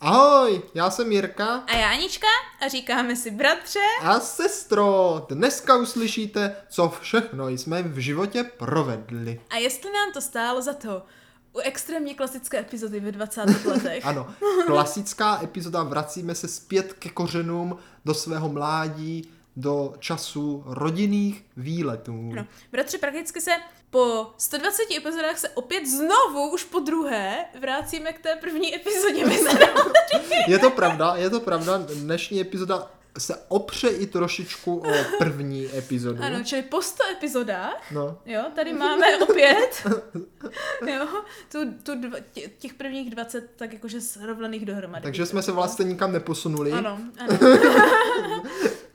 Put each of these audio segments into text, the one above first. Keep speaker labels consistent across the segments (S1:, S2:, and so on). S1: Ahoj, já jsem Jirka
S2: A já Anička a říkáme si bratře.
S1: a sestro. Dneska uslyšíte, co všechno jsme v životě provedli.
S2: A jestli nám to stálo za to, u extrémně klasické epizody ve 20. letech.
S1: Ano, klasická epizoda, vracíme se zpět ke kořenům, do svého mládí, do času rodinných výletů.
S2: No, bratře, prakticky se po 120 epizodách se opět znovu, už po druhé, vracíme k té první epizodě. My se nám-
S1: Je to pravda, je to pravda, dnešní epizoda se opře i trošičku o první epizodu.
S2: ano, čili po 100 epizodách,
S1: No,
S2: jo, tady máme opět, jo, tu, tu dva, tě- těch prvních 20 tak jakože srovnaných dohromady.
S1: takže jsme se vlastně nikam neposunuli.
S2: Ano, ano.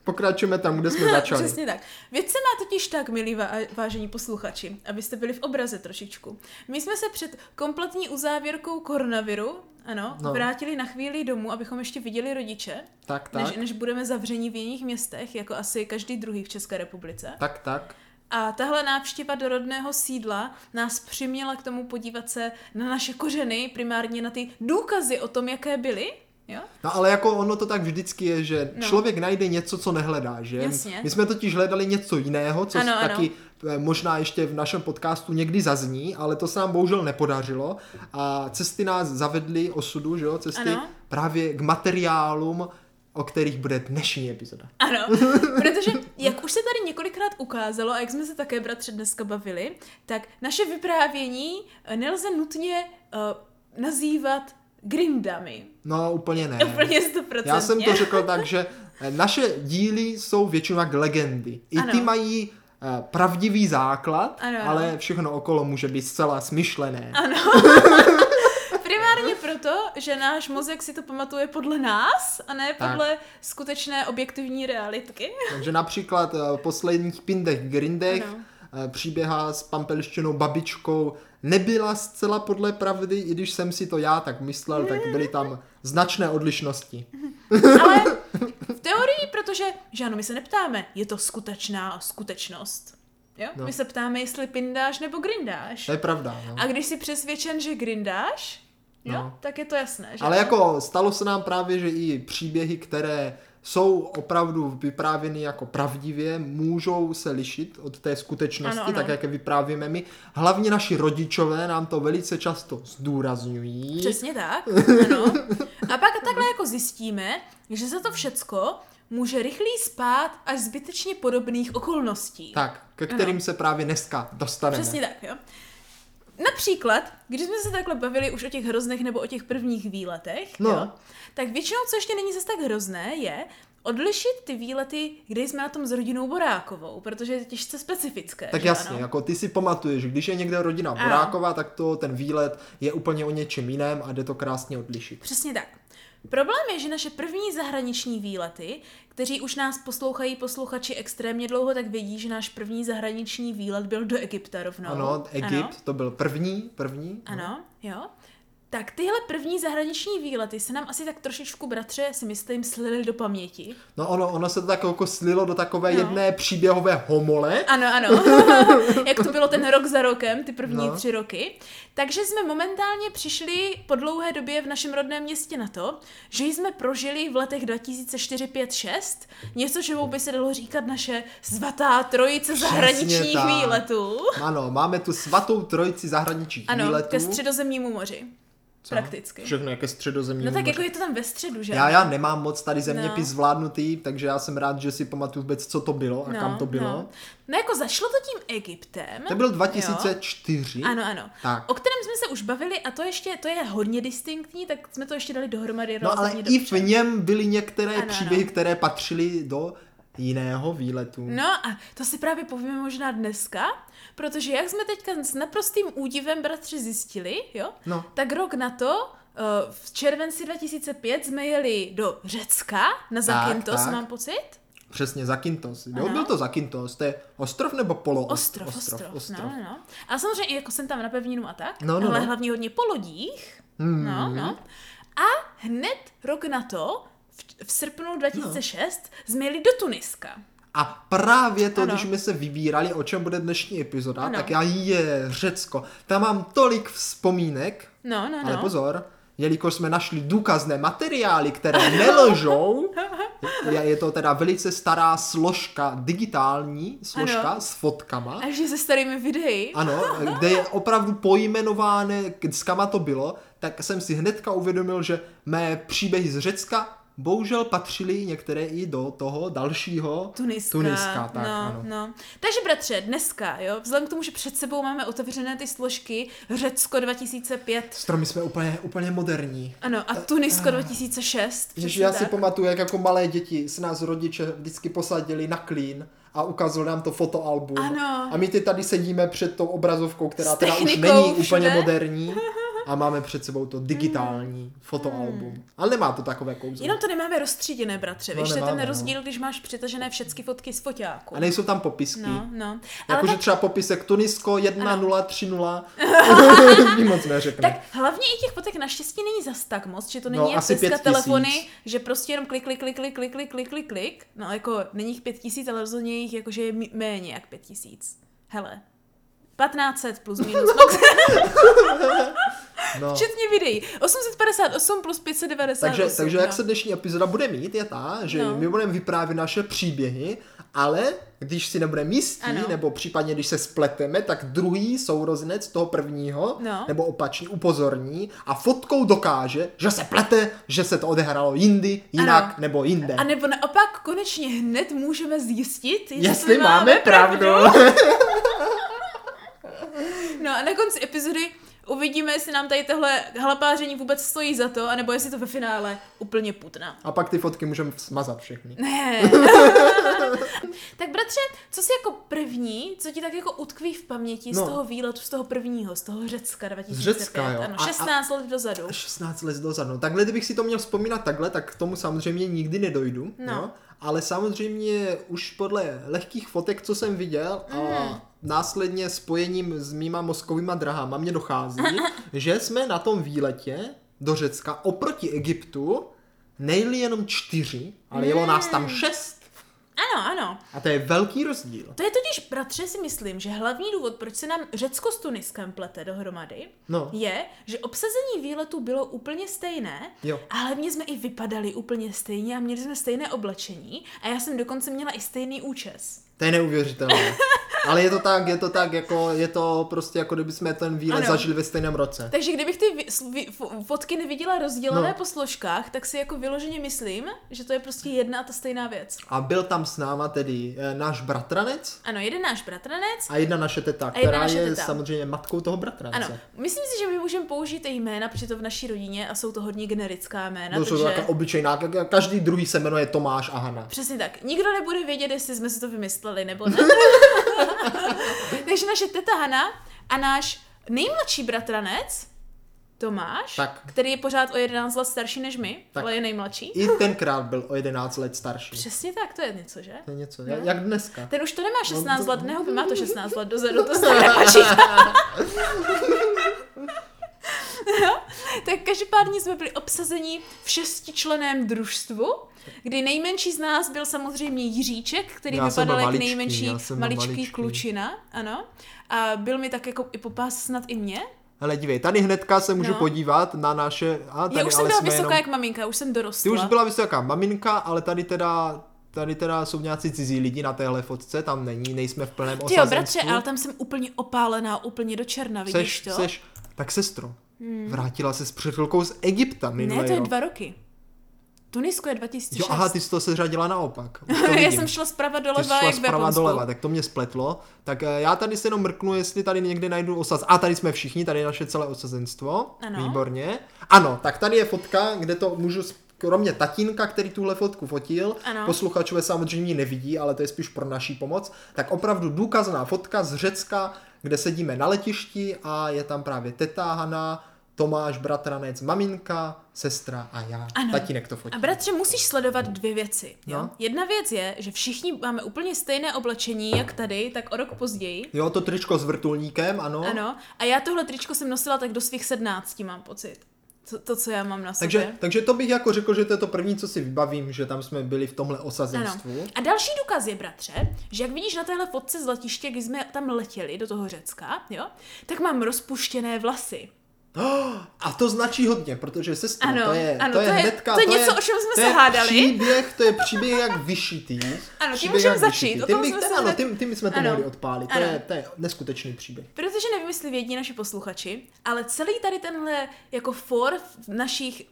S1: Pokračujeme tam, kde jsme začali.
S2: Přesně tak. Věc se má totiž tak, milí vá- vážení posluchači, abyste byli v obraze trošičku. My jsme se před kompletní uzávěrkou koronaviru, ano,
S1: No.
S2: no. vrátili na chvíli domů, abychom ještě viděli rodiče,
S1: Tak, tak.
S2: než, než budeme zavření v jiných městech, jako asi každý druhý v České republice.
S1: Tak, tak.
S2: A tahle návštěva do rodného sídla nás přiměla k tomu podívat se na naše kořeny, primárně na ty důkazy o tom, jaké byly. Jo?
S1: No ale jako ono to tak vždycky je, že no.
S2: No.
S1: člověk najde něco, co nehledá, že?
S2: Jasně.
S1: My jsme totiž hledali něco jiného, co ano,
S2: Ano, ano.
S1: taky eh, možná ještě v našem podcastu někdy zazní, ale to se nám bohužel nepodařilo a cesty nás zavedly osudu, že jo, cesty
S2: Ano.
S1: právě k materiálům, o kterých bude dnešní epizoda.
S2: Ano, protože jak už se tady několikrát ukázalo a jak jsme se také bratře dneska bavili, tak naše vyprávění eh, nelze nutně uh, nazývat grindami.
S1: No úplně ne.
S2: Úplně stoprocentně.
S1: Já jsem to řekl tak, že eh, naše díly jsou většinou jak legendy. I ano. ty
S2: Ano.
S1: mají eh, pravdivý základ,
S2: Ano, ano.
S1: ale všechno okolo může být zcela smyšlené.
S2: Primárně proto, že náš mozek si to pamatuje podle nás a ne
S1: Tak.
S2: podle skutečné objektivní realitky.
S1: Takže například eh, v posledních pindech grindech
S2: Ano.
S1: eh, příběha s pampelštěnou babičkou nebyla zcela podle pravdy, i když jsem si to já tak myslel, tak byly tam značné odlišnosti.
S2: Ale v teorii, protože, že ano, my se neptáme, je to skutečná skutečnost. Jo?
S1: No.
S2: No. My se ptáme, jestli pindáš nebo grindáš.
S1: To je pravda. No.
S2: A když jsi přesvědčen, že grindáš, jo,
S1: No.
S2: no. tak je to jasné, že?
S1: Ale
S2: jo?
S1: jako stalo se nám právě, že i příběhy, které jsou opravdu vyprávěny jako pravdivě, můžou se lišit od té skutečnosti,
S2: Ano, ano.
S1: tak jak je vyprávíme my. Hlavně naši rodičové nám to velice často zdůrazňují.
S2: Přesně tak, ano. A pak takhle jako zjistíme, že za to všecko může rychlý spát až zbytečně podobných okolností.
S1: Tak, ke kterým se právě dneska dostaneme.
S2: Přesně tak, jo. Například, když jsme se takhle bavili už o těch hroznech nebo o těch prvních výletech,
S1: No.
S2: jo, tak většinou, co ještě není zase tak hrozné, je odlišit ty výlety, kde jsme na tom s rodinou Borákovou, protože je těžce specifické.
S1: Tak
S2: že
S1: jasně,
S2: ano?
S1: jako ty si pamatuješ, že když je někde rodina
S2: Ano.
S1: Boráková, tak to ten výlet je úplně o něčem jiném a jde to krásně odlišit.
S2: Přesně tak. Problém je, že naše první zahraniční výlety, kteří už nás poslouchají posluchači extrémně dlouho, tak vědí, že náš první zahraniční výlet byl do Egypta rovnou.
S1: Ano, Egypt,
S2: No, Ano,
S1: to byl první, první.
S2: ano jo. Tak tyhle první zahraniční výlety se nám asi tak trošičku, bratře, si myslím, slily do paměti.
S1: No ono, ono se to tak jako slilo do takové
S2: No.
S1: jedné příběhové homole.
S2: Ano, ano. Jak to bylo ten rok za rokem, ty první
S1: No.
S2: no. tři roky. Takže jsme momentálně přišli po dlouhé době v našem rodném městě na to, že jsme prožili v letech 2004, 5, 6 něco, čemu by se dalo říkat naše svatá trojice zahraničních
S1: tak.
S2: výletů.
S1: Ano, máme tu svatou trojici zahraničních
S2: Ano,
S1: výletů.
S2: ke středozemnímu moři.
S1: Co?
S2: prakticky.
S1: Všechno je ke středozemnímu
S2: No tak
S1: moři.
S2: jako je to tam ve středu, že?
S1: Já, já nemám moc tady zeměpis
S2: No.
S1: zvládnutý, takže já jsem rád, že si pamatuju vůbec, co to bylo a kam to bylo.
S2: No. no jako zašlo to tím Egyptem.
S1: To byl
S2: jo.
S1: 2004.
S2: Ano, ano.
S1: Tak.
S2: O kterém jsme se už bavili a to ještě, to je hodně distinktní, tak jsme to ještě dali dohromady
S1: No ale
S2: relativně
S1: i
S2: dobře.
S1: v něm byly některé
S2: Ano,
S1: příběhy,
S2: ano.
S1: které patřily do jiného výletu.
S2: No a to si právě povíme možná dneska, protože jak jsme teďka s naprostým údivem bratři zjistili, jo,
S1: No.
S2: tak rok na to, eh, v červenci 2005 jsme jeli do Řecka, na Zakynthos,
S1: tak.
S2: mám pocit.
S1: Přesně, Zakynthos. Jo,
S2: Ano.
S1: byl to Zakynthos, to je ostrov nebo poloostrov?
S2: Ostrov, ostrov, ostrov. ostrov. No, no. A samozřejmě i jako jsem tam na pevninu a tak,
S1: No, no,
S2: ale
S1: no.
S2: hlavně hodně po lodích.
S1: Hmm.
S2: No, no. A hned rok na to, v, v srpnu 2006, no. jsme jeli do Tuniska.
S1: A právě to, ano.
S2: Ano.
S1: když my se vybírali, o čem bude dnešní epizoda, ano.
S2: Ano.
S1: tak já je Řecko. Tam mám tolik vzpomínek,
S2: No, no,
S1: ano. ale
S2: no.
S1: pozor, jelikož jsme našli důkazné materiály, které nelžou, je, je to teda velice stará složka, digitální složka
S2: Ano.
S1: s fotkama.
S2: A že se starými videí.
S1: Ano, kde je opravdu pojmenováno, z kama to bylo, tak jsem si hnedka uvědomil, že mé příběhy z Řecka bohužel patřily některé i do toho dalšího
S2: Tuniska.
S1: Tuniska tak,
S2: no,
S1: ano.
S2: no. Takže bratře, dneska, jo, vzhledem k tomu, že před sebou máme otevřené ty složky Řecko 2005,
S1: Stromy jsme úplně, úplně moderní.
S2: ano, a Tunisko 2006.
S1: Ježiš,
S2: přesně
S1: Eh, já si
S2: tak.
S1: pamatuju, jak jako malé děti se nás rodiče vždycky posadili na klín a ukázali nám to fotoalbum.
S2: Ano.
S1: A my ty tady sedíme před tou obrazovkou, která
S2: S
S1: teda už
S2: technikou
S1: není
S2: všude.
S1: úplně moderní. A máme před sebou to digitální
S2: Hmm.
S1: fotoalbum. Ale nemá to takové kouzlo.
S2: Jenom to nemáme rozstříděné, bratře,
S1: No,
S2: víš, to je
S1: nemáme,
S2: ten
S1: no.
S2: rozdíl, když máš přitažené všechny fotky z foťáku.
S1: A nejsou tam popisky.
S2: No, no. Ale
S1: Jakože
S2: tak,
S1: Jako, třeba popisek Tunisko 1030. mi moc neřekne.
S2: tak hlavně i těch fotek naštěstí není zas tak moc, že to
S1: No,
S2: není jak
S1: asi
S2: dneska
S1: pět tisíc.
S2: telefony, že prostě jenom klik, klik, klik, klik, klik, klik, klik, klik, klik. No jako není jich pět tisíc, ale rozhodně jich jakože je mí- méně jak pět tisíc. Hele, 1500 plus minus, no,
S1: no.
S2: včetně videí. 858 plus 598.
S1: Takže, takže
S2: no.
S1: jak se dnešní epizoda bude mít, je ta, že
S2: No.
S1: no. my budeme vyprávět naše příběhy, ale když si nebudeme jistí,
S2: Ano.
S1: ano. nebo případně když se spleteme, tak druhý sourozenec toho prvního,
S2: No.
S1: nebo opačně, upozorní a fotkou dokáže, že se plete, že se to odehrálo jindy, jinak
S2: Ano.
S1: nebo jinde.
S2: A nebo naopak konečně hned můžeme zjistit, jestli,
S1: Jestli máme pravdu.
S2: No a na konci epizody uvidíme, jestli nám tady tohle halapáření vůbec stojí za to, anebo jestli to ve finále úplně putná.
S1: A pak ty fotky můžeme smazat všechny.
S2: Ne. tak bratře, co si jako první, co ti tak jako utkví v paměti z
S1: No.
S2: toho výletu, z toho prvního, z toho Řecka 2005,
S1: Řecka, jo.
S2: ano,
S1: A- a-
S2: 16 let dozadu.
S1: 16 let dozadu. Takhle, kdybych si to měl vzpomínat takhle, tak k tomu samozřejmě nikdy nedojdu.
S2: No.
S1: No. Jo? Ale samozřejmě už podle lehkých fotek, co jsem viděl
S2: Mm.
S1: a následně spojením s mýma mozkovýma drahama mě dochází, že jsme na tom výletě do Řecka oproti Egyptu nejeli jenom čtyři, ale jelo nás tam
S2: Hmm.
S1: šest.
S2: Ano, ano.
S1: A to je velký rozdíl.
S2: To je totiž, bratře, si myslím, že hlavní důvod, proč se nám Řecko s Tuniskem plete dohromady,
S1: No.
S2: je, že obsazení výletu bylo úplně stejné,
S1: Jo.
S2: a hlavně jsme i vypadali úplně stejně a měli jsme stejné oblečení a já jsem dokonce měla i stejný účes.
S1: To je neuvěřitelné. Ale je to tak, je to tak, jako je to prostě jako kdyby jsme ten výlet
S2: Ano.
S1: zažili ve stejném roce.
S2: Takže kdybych ty vy, sl- vy, fo- fotky neviděla rozdělené
S1: No.
S2: po složkách, tak si jako vyloženě myslím, že to je prostě jedna a ta stejná věc.
S1: A byl tam s náma tedy eh, náš bratranec
S2: Ano, jeden náš bratranec.
S1: a jedna naše teta,
S2: jedna
S1: která
S2: naše
S1: je
S2: teta.
S1: samozřejmě matkou toho bratrance.
S2: Ano, myslím si, že my můžeme použít i jména, protože to v naší rodině a jsou to hodně generická jména.
S1: To No, jsou
S2: takže...
S1: taká obyčejná, ka- každý druhý se jmenuje Tomáš a Hana.
S2: Přesně tak. Nikdo nebude vědět, jestli jsme si to vymysleli nebo ne. Takže naše teta Hana a náš nejmladší bratranec, Tomáš,
S1: Tak.
S2: který je pořád o 11 let starší než my,
S1: Tak.
S2: ale je nejmladší.
S1: I tenkrát byl o 11 let starší.
S2: Přesně tak, to je něco, že?
S1: To je něco,
S2: No.
S1: ja- jak dneska.
S2: Ten už to nemá 16
S1: No, to-
S2: let, nehuby, má to 16 let dozadu, to se nepočítá. Jo? tak každopádně jsme byli obsazeni v šestičleném družstvu, kdy nejmenší z nás byl samozřejmě Jiříček, který
S1: Já jsem
S2: vypadal
S1: byl
S2: jak
S1: maličký,
S2: nejmenší
S1: já jsem byl
S2: maličký,
S1: maličký.
S2: klučina, ano. A byl mi tak jako i popás snad i mě.
S1: Hele, dívej, tady hnedka se můžu
S2: No.
S1: podívat na naše... A tady
S2: Já už jsem
S1: ale
S2: byla
S1: jsme
S2: vysoká jako
S1: jenom...
S2: jak maminka, už jsem
S1: Ty
S2: dorostla.
S1: už byla vysoká maminka, ale tady teda... Tady teda jsou nějací cizí lidi na téhle fotce, tam není, nejsme v plném
S2: Ty jo,
S1: osazenstvu.
S2: bratře, ale tam jsem úplně opálená, úplně do černa, vidíš
S1: seš,
S2: to? Hmm.
S1: seš, tak sestro, vrátila se před chvilkou z Egypta minule,
S2: ne, to je
S1: jo.
S2: dva roky. Tunisko je 2006.
S1: Jo, aha, ty jsi to seřadila naopak. Už to
S2: já
S1: vidím.
S2: jsem šla zprava
S1: ty jsi
S2: doleva,
S1: šla
S2: jak v
S1: zprava
S2: Japonsku.
S1: doleva, tak to mě spletlo. Tak eh, já tady se jenom mrknu, jestli tady někde najdu osaz. A tady jsme všichni, tady je naše celé osazenstvo.
S2: Ano.
S1: Výborně. Ano, tak tady je fotka, kde to můžu s- kromě tatínka, který tuhle fotku fotil,
S2: Ano.
S1: posluchačové samozřejmě ji nevidí, ale to je spíš pro naší pomoc, tak opravdu důkazná fotka z Řecka, kde sedíme na letišti a je tam právě teta Hana, Tomáš, bratranec, maminka, sestra a já.
S2: Ano.
S1: Tatínek to fotil.
S2: A bratře, musíš sledovat dvě věci. Jo?
S1: No.
S2: Jedna věc je, že všichni máme úplně stejné oblečení, jak tady, tak o rok později.
S1: Jo, to tričko s vrtulníkem, ano.
S2: Ano. A já tohle tričko jsem nosila tak do svých sednácti, mám pocit. To, to co já mám na sobě.
S1: Takže, takže to bych jako řekl, že to je to první, co si vybavím, že tam jsme byli v tomhle
S2: Ano.
S1: osazenstvu.
S2: A další důkaz je, bratře, že jak vidíš na téhle fotce z letiště, kdy jsme tam letěli do toho Řecka, jo, tak mám rozpuštěné vlasy.
S1: A to značí hodně, protože sestra,
S2: Ano,
S1: to je,
S2: ano,
S1: to je
S2: to je-
S1: hnedka,
S2: to je něco, o čem jsme
S1: to
S2: se
S1: je
S2: hádali.
S1: Příběh, to je příběh jak vyšitý. Příběh
S2: můžem
S1: jak
S2: začít,
S1: vyšitý.
S2: o
S1: Ty
S2: tom
S1: my-
S2: jsme
S1: ten-
S2: se
S1: Ano,
S2: hned-
S1: tím, tím jsme to
S2: Ano.
S1: mohli odpálit, to
S2: Ano.
S1: je, to je neskutečný příběh.
S2: Protože nevím, jestli vědí naši posluchači, ale celý tady tenhle jako for v našich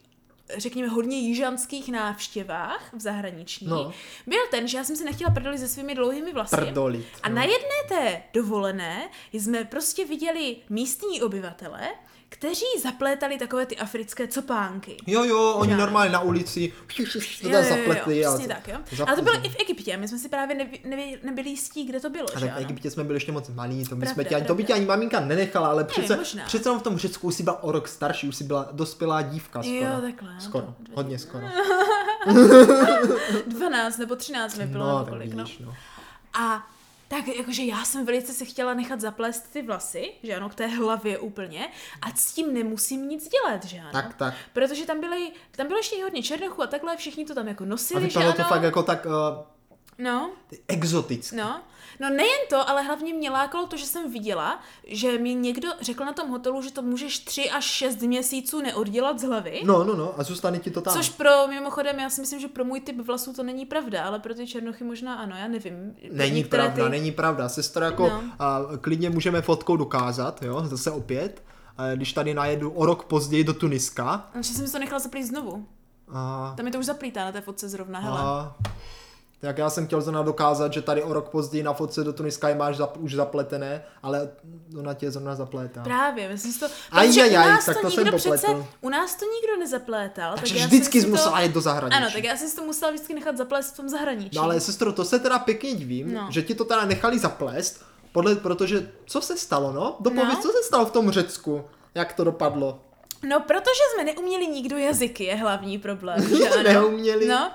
S2: řekněme, hodně jižanských návštěvách v zahraničí,
S1: No.
S2: byl ten, že já jsem se nechtěla prdolit se svými dlouhými vlasy.
S1: Prdolit.
S2: A
S1: no.
S2: na jedné té dovolené jsme prostě viděli místní obyvatele, kteří zaplétali takové ty africké copánky.
S1: Jo, jo, oni
S2: Žádný.
S1: normálně na ulici to tam
S2: Jo, jo, jo,
S1: zapletli.
S2: jo,
S1: a-
S2: přesně tak, jo. Ale to
S1: zapletli.
S2: bylo i v Egyptě, a my jsme si právě nevi, nevi, nebyli jistí, kde to bylo,
S1: A
S2: že
S1: tak v
S2: ano?
S1: Egyptě jsme byli ještě moc malí, to, my
S2: Pravda,
S1: jsme tě, ani- to by
S2: pravda.
S1: tě ani maminka nenechala, ale přece,
S2: možná.
S1: přece jenom v tom Řecku už jsi byla o rok starší, už jsi byla dospělá dívka skoro.
S2: Jo, takhle, no.
S1: Skoro,
S2: to- to-
S1: hodně skoro.
S2: 12 nebo 13 mi bylo,
S1: No,
S2: nebo
S1: tak
S2: kolik, no.
S1: vidíš, no.
S2: A tak jakože já jsem velice se chtěla nechat zaplést ty vlasy, že ano, k té hlavě úplně, a s tím nemusím nic dělat, že ano.
S1: Tak, tak.
S2: Protože tam, byly, tam bylo ještě i hodně černochů a takhle, všichni to tam jako
S1: A
S2: nosili, že
S1: vypadalo
S2: ano.
S1: to fakt jako tak uh,
S2: No.
S1: exoticky.
S2: No, no nejen to, ale hlavně mě lákalo to, že jsem viděla, že mi někdo řekl na tom hotelu, že to můžeš 3 až 6 měsíců neoddělat z hlavy.
S1: No, no, no, a zůstane ti to tam.
S2: Což pro, mimochodem, já si myslím, že pro můj typ vlasů to není pravda, ale pro ty černochy možná ano, já nevím.
S1: Není
S2: Některé
S1: pravda, není pravda. Sestra, jako
S2: No.
S1: a, klidně můžeme fotkou dokázat, jo, zase opět. A když tady najedu o rok později do Tuniska.
S2: No, Že jsem si to nechala zaplít znovu.
S1: A,
S2: Tam je to už zaplítá na té fotce zrovna, hele.
S1: a, tak já jsem chtěl zrovna dokázat, že tady o rok později na fotce do Tuniska je máš zap, už zapletené, ale ona tě zrovna zaplétá.
S2: Právě, myslím si to,
S1: Aj,
S2: protože
S1: aj,
S2: u
S1: aj,
S2: nás
S1: tak to jsem
S2: nikdo
S1: popletl.
S2: přece, u nás to nikdo nezaplétal.
S1: Takže
S2: tak já si
S1: vždycky jsi
S2: myslím
S1: musela jít do zahraničí.
S2: Ano, tak já jsem si to musela vždycky nechat zaplést v tom zahraničí.
S1: No ale sestro, to se teda pěkně divím,
S2: No.
S1: že ti to teda nechali zaplést, podle, protože co se stalo, no? Dopověď,
S2: No.
S1: co se stalo v tom Řecku? Jak to dopadlo?
S2: No, protože jsme neuměli nikdo jazyky, je hlavní problém. Že ano?
S1: Neuměli.
S2: No,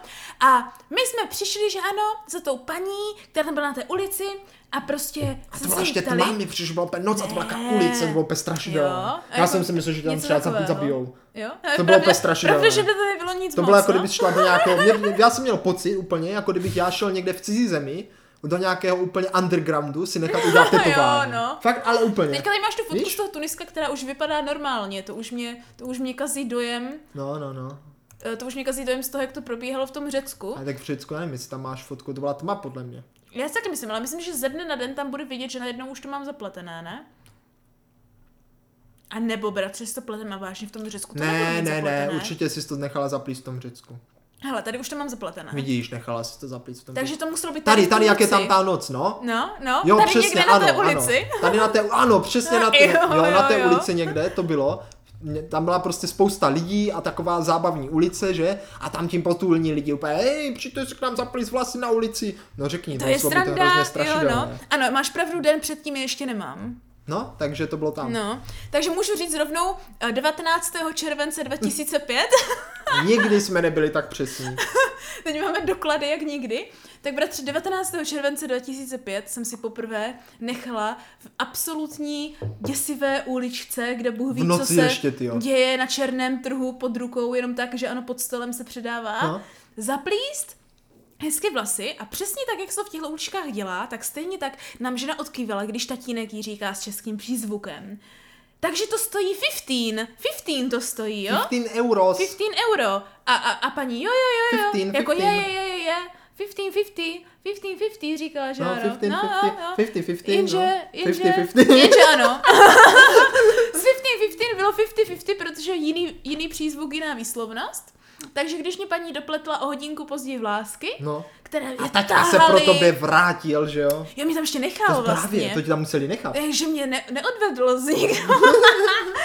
S2: a my jsme přišli, že ano, za tou paní, která tam byla na té ulici, a prostě
S1: A to
S2: jsme se
S1: byla
S2: jí
S1: ještě
S2: ptali-
S1: tma, mě přišel byla úplně noc a to byla taká
S2: Ne.
S1: ulice, to bylo úplně strašidelné.
S2: Jo,
S1: Já
S2: jako
S1: jsem si myslel, že tam
S2: něco
S1: třeba za-
S2: takového. no.
S1: zabijou.
S2: Jo?
S1: To bylo
S2: Pravda-
S1: úplně strašidelné.
S2: Pravda, že by to nebylo nic
S1: To
S2: moc,
S1: bylo jako
S2: no?
S1: kdyby šla do nějakého, mě, mě- já jsem měl pocit úplně, jako kdybych já šel někde v cizí zemi, do nějakého úplně undergroundu si nechat udělat
S2: Jo,
S1: tetování.
S2: no.
S1: Fakt, ale úplně.
S2: Teďka tady máš tu fotku
S1: Víš?
S2: z toho Tuniska, která už vypadá normálně, to už mě, to už mě kazí dojem,
S1: No, no, no.
S2: eh, to už mě kazí dojem z toho, jak to probíhalo v tom Řecku.
S1: A tak v Řecku, já nevím, jestli tam máš fotku, to byla tma podle mě.
S2: Já si taky myslím, ale myslím, že ze dne na den tam bude vidět, že najednou už to mám zapletené, ne? A nebo bratře, si to pletem a vážně v tom Řecku to nebudu
S1: Ne,
S2: mít
S1: ne, ne,
S2: zapletené.
S1: určitě jsi to nechala zaplít v tom Řecku.
S2: Hele, tady už to mám zapletené.
S1: Vidíš, nechala jsi to zaplít v tom
S2: Takže
S1: Řecku.
S2: to muselo být
S1: Tady,
S2: v
S1: tady, jak je tam
S2: ulici.
S1: ta noc, no?
S2: No, no,
S1: Jo,
S2: tady
S1: přesně,
S2: někde
S1: ano,
S2: na té
S1: ano.
S2: ulici.
S1: Tady na té, ano, přesně na té,
S2: Jo,
S1: jo, na
S2: jo,
S1: té
S2: jo.
S1: ulici někde to bylo. Mě- Tam byla prostě spousta lidí a taková zábavní ulice, že? A tam tím potulní lidi úplně, hej, přijďte si k nám zaplít vlasy na ulici. No řekni,
S2: To je
S1: muselo být
S2: stranda, jo,
S1: strašidelné.
S2: no. Ano, máš pravdu, den předtím je ještě nemám.
S1: no, takže to bylo tam.
S2: No, takže můžu říct rovnou eh, 19. července 2005,
S1: Nikdy jsme nebyli tak přesní.
S2: teď máme doklady jak nikdy, tak bratře 19. července 2005 jsem si poprvé nechala v absolutní děsivé uličce, kde Bůh ví,
S1: V
S2: co
S1: noci
S2: se
S1: ještě, tyjo.
S2: děje na černém trhu pod rukou, jenom tak, že ano, pod stolem se předává,
S1: No.
S2: zaplíst hezky vlasy a přesně tak, jak se to v těchto uličkách dělá, tak stejně tak nám žena odkývala, když tatínek jí říká s českým přízvukem. Takže to stojí 15, 15 to stojí, jo?
S1: 15 euros.
S2: 15 euro. A, a, a paní, jo, jo, jo, jo.
S1: 15,
S2: jako
S1: 15.
S2: je, je, je, je, je. 15, 50, 15, 50, říkala, že
S1: No,
S2: ano.
S1: 15,
S2: no,
S1: 50,
S2: no, no.
S1: 50, 15,
S2: jenže,
S1: no.
S2: jenže,
S1: 50, 50.
S2: jenže ano. Z 15, 15 bylo 50, 50, protože jiný, jiný přízvuk, jiná výslovnost. Takže když mě paní dopletla o hodinku později vlásky,
S1: No.
S2: které
S1: A
S2: mě
S1: taťka se pro
S2: tahaly-
S1: tobě vrátil, že jo?
S2: Jo, mě tam ještě
S1: To
S2: nechal
S1: jsi
S2: vlastně.
S1: právě, to ti tam museli nechat.
S2: Takže Eh, mě ne- neodvedlo z nikdo.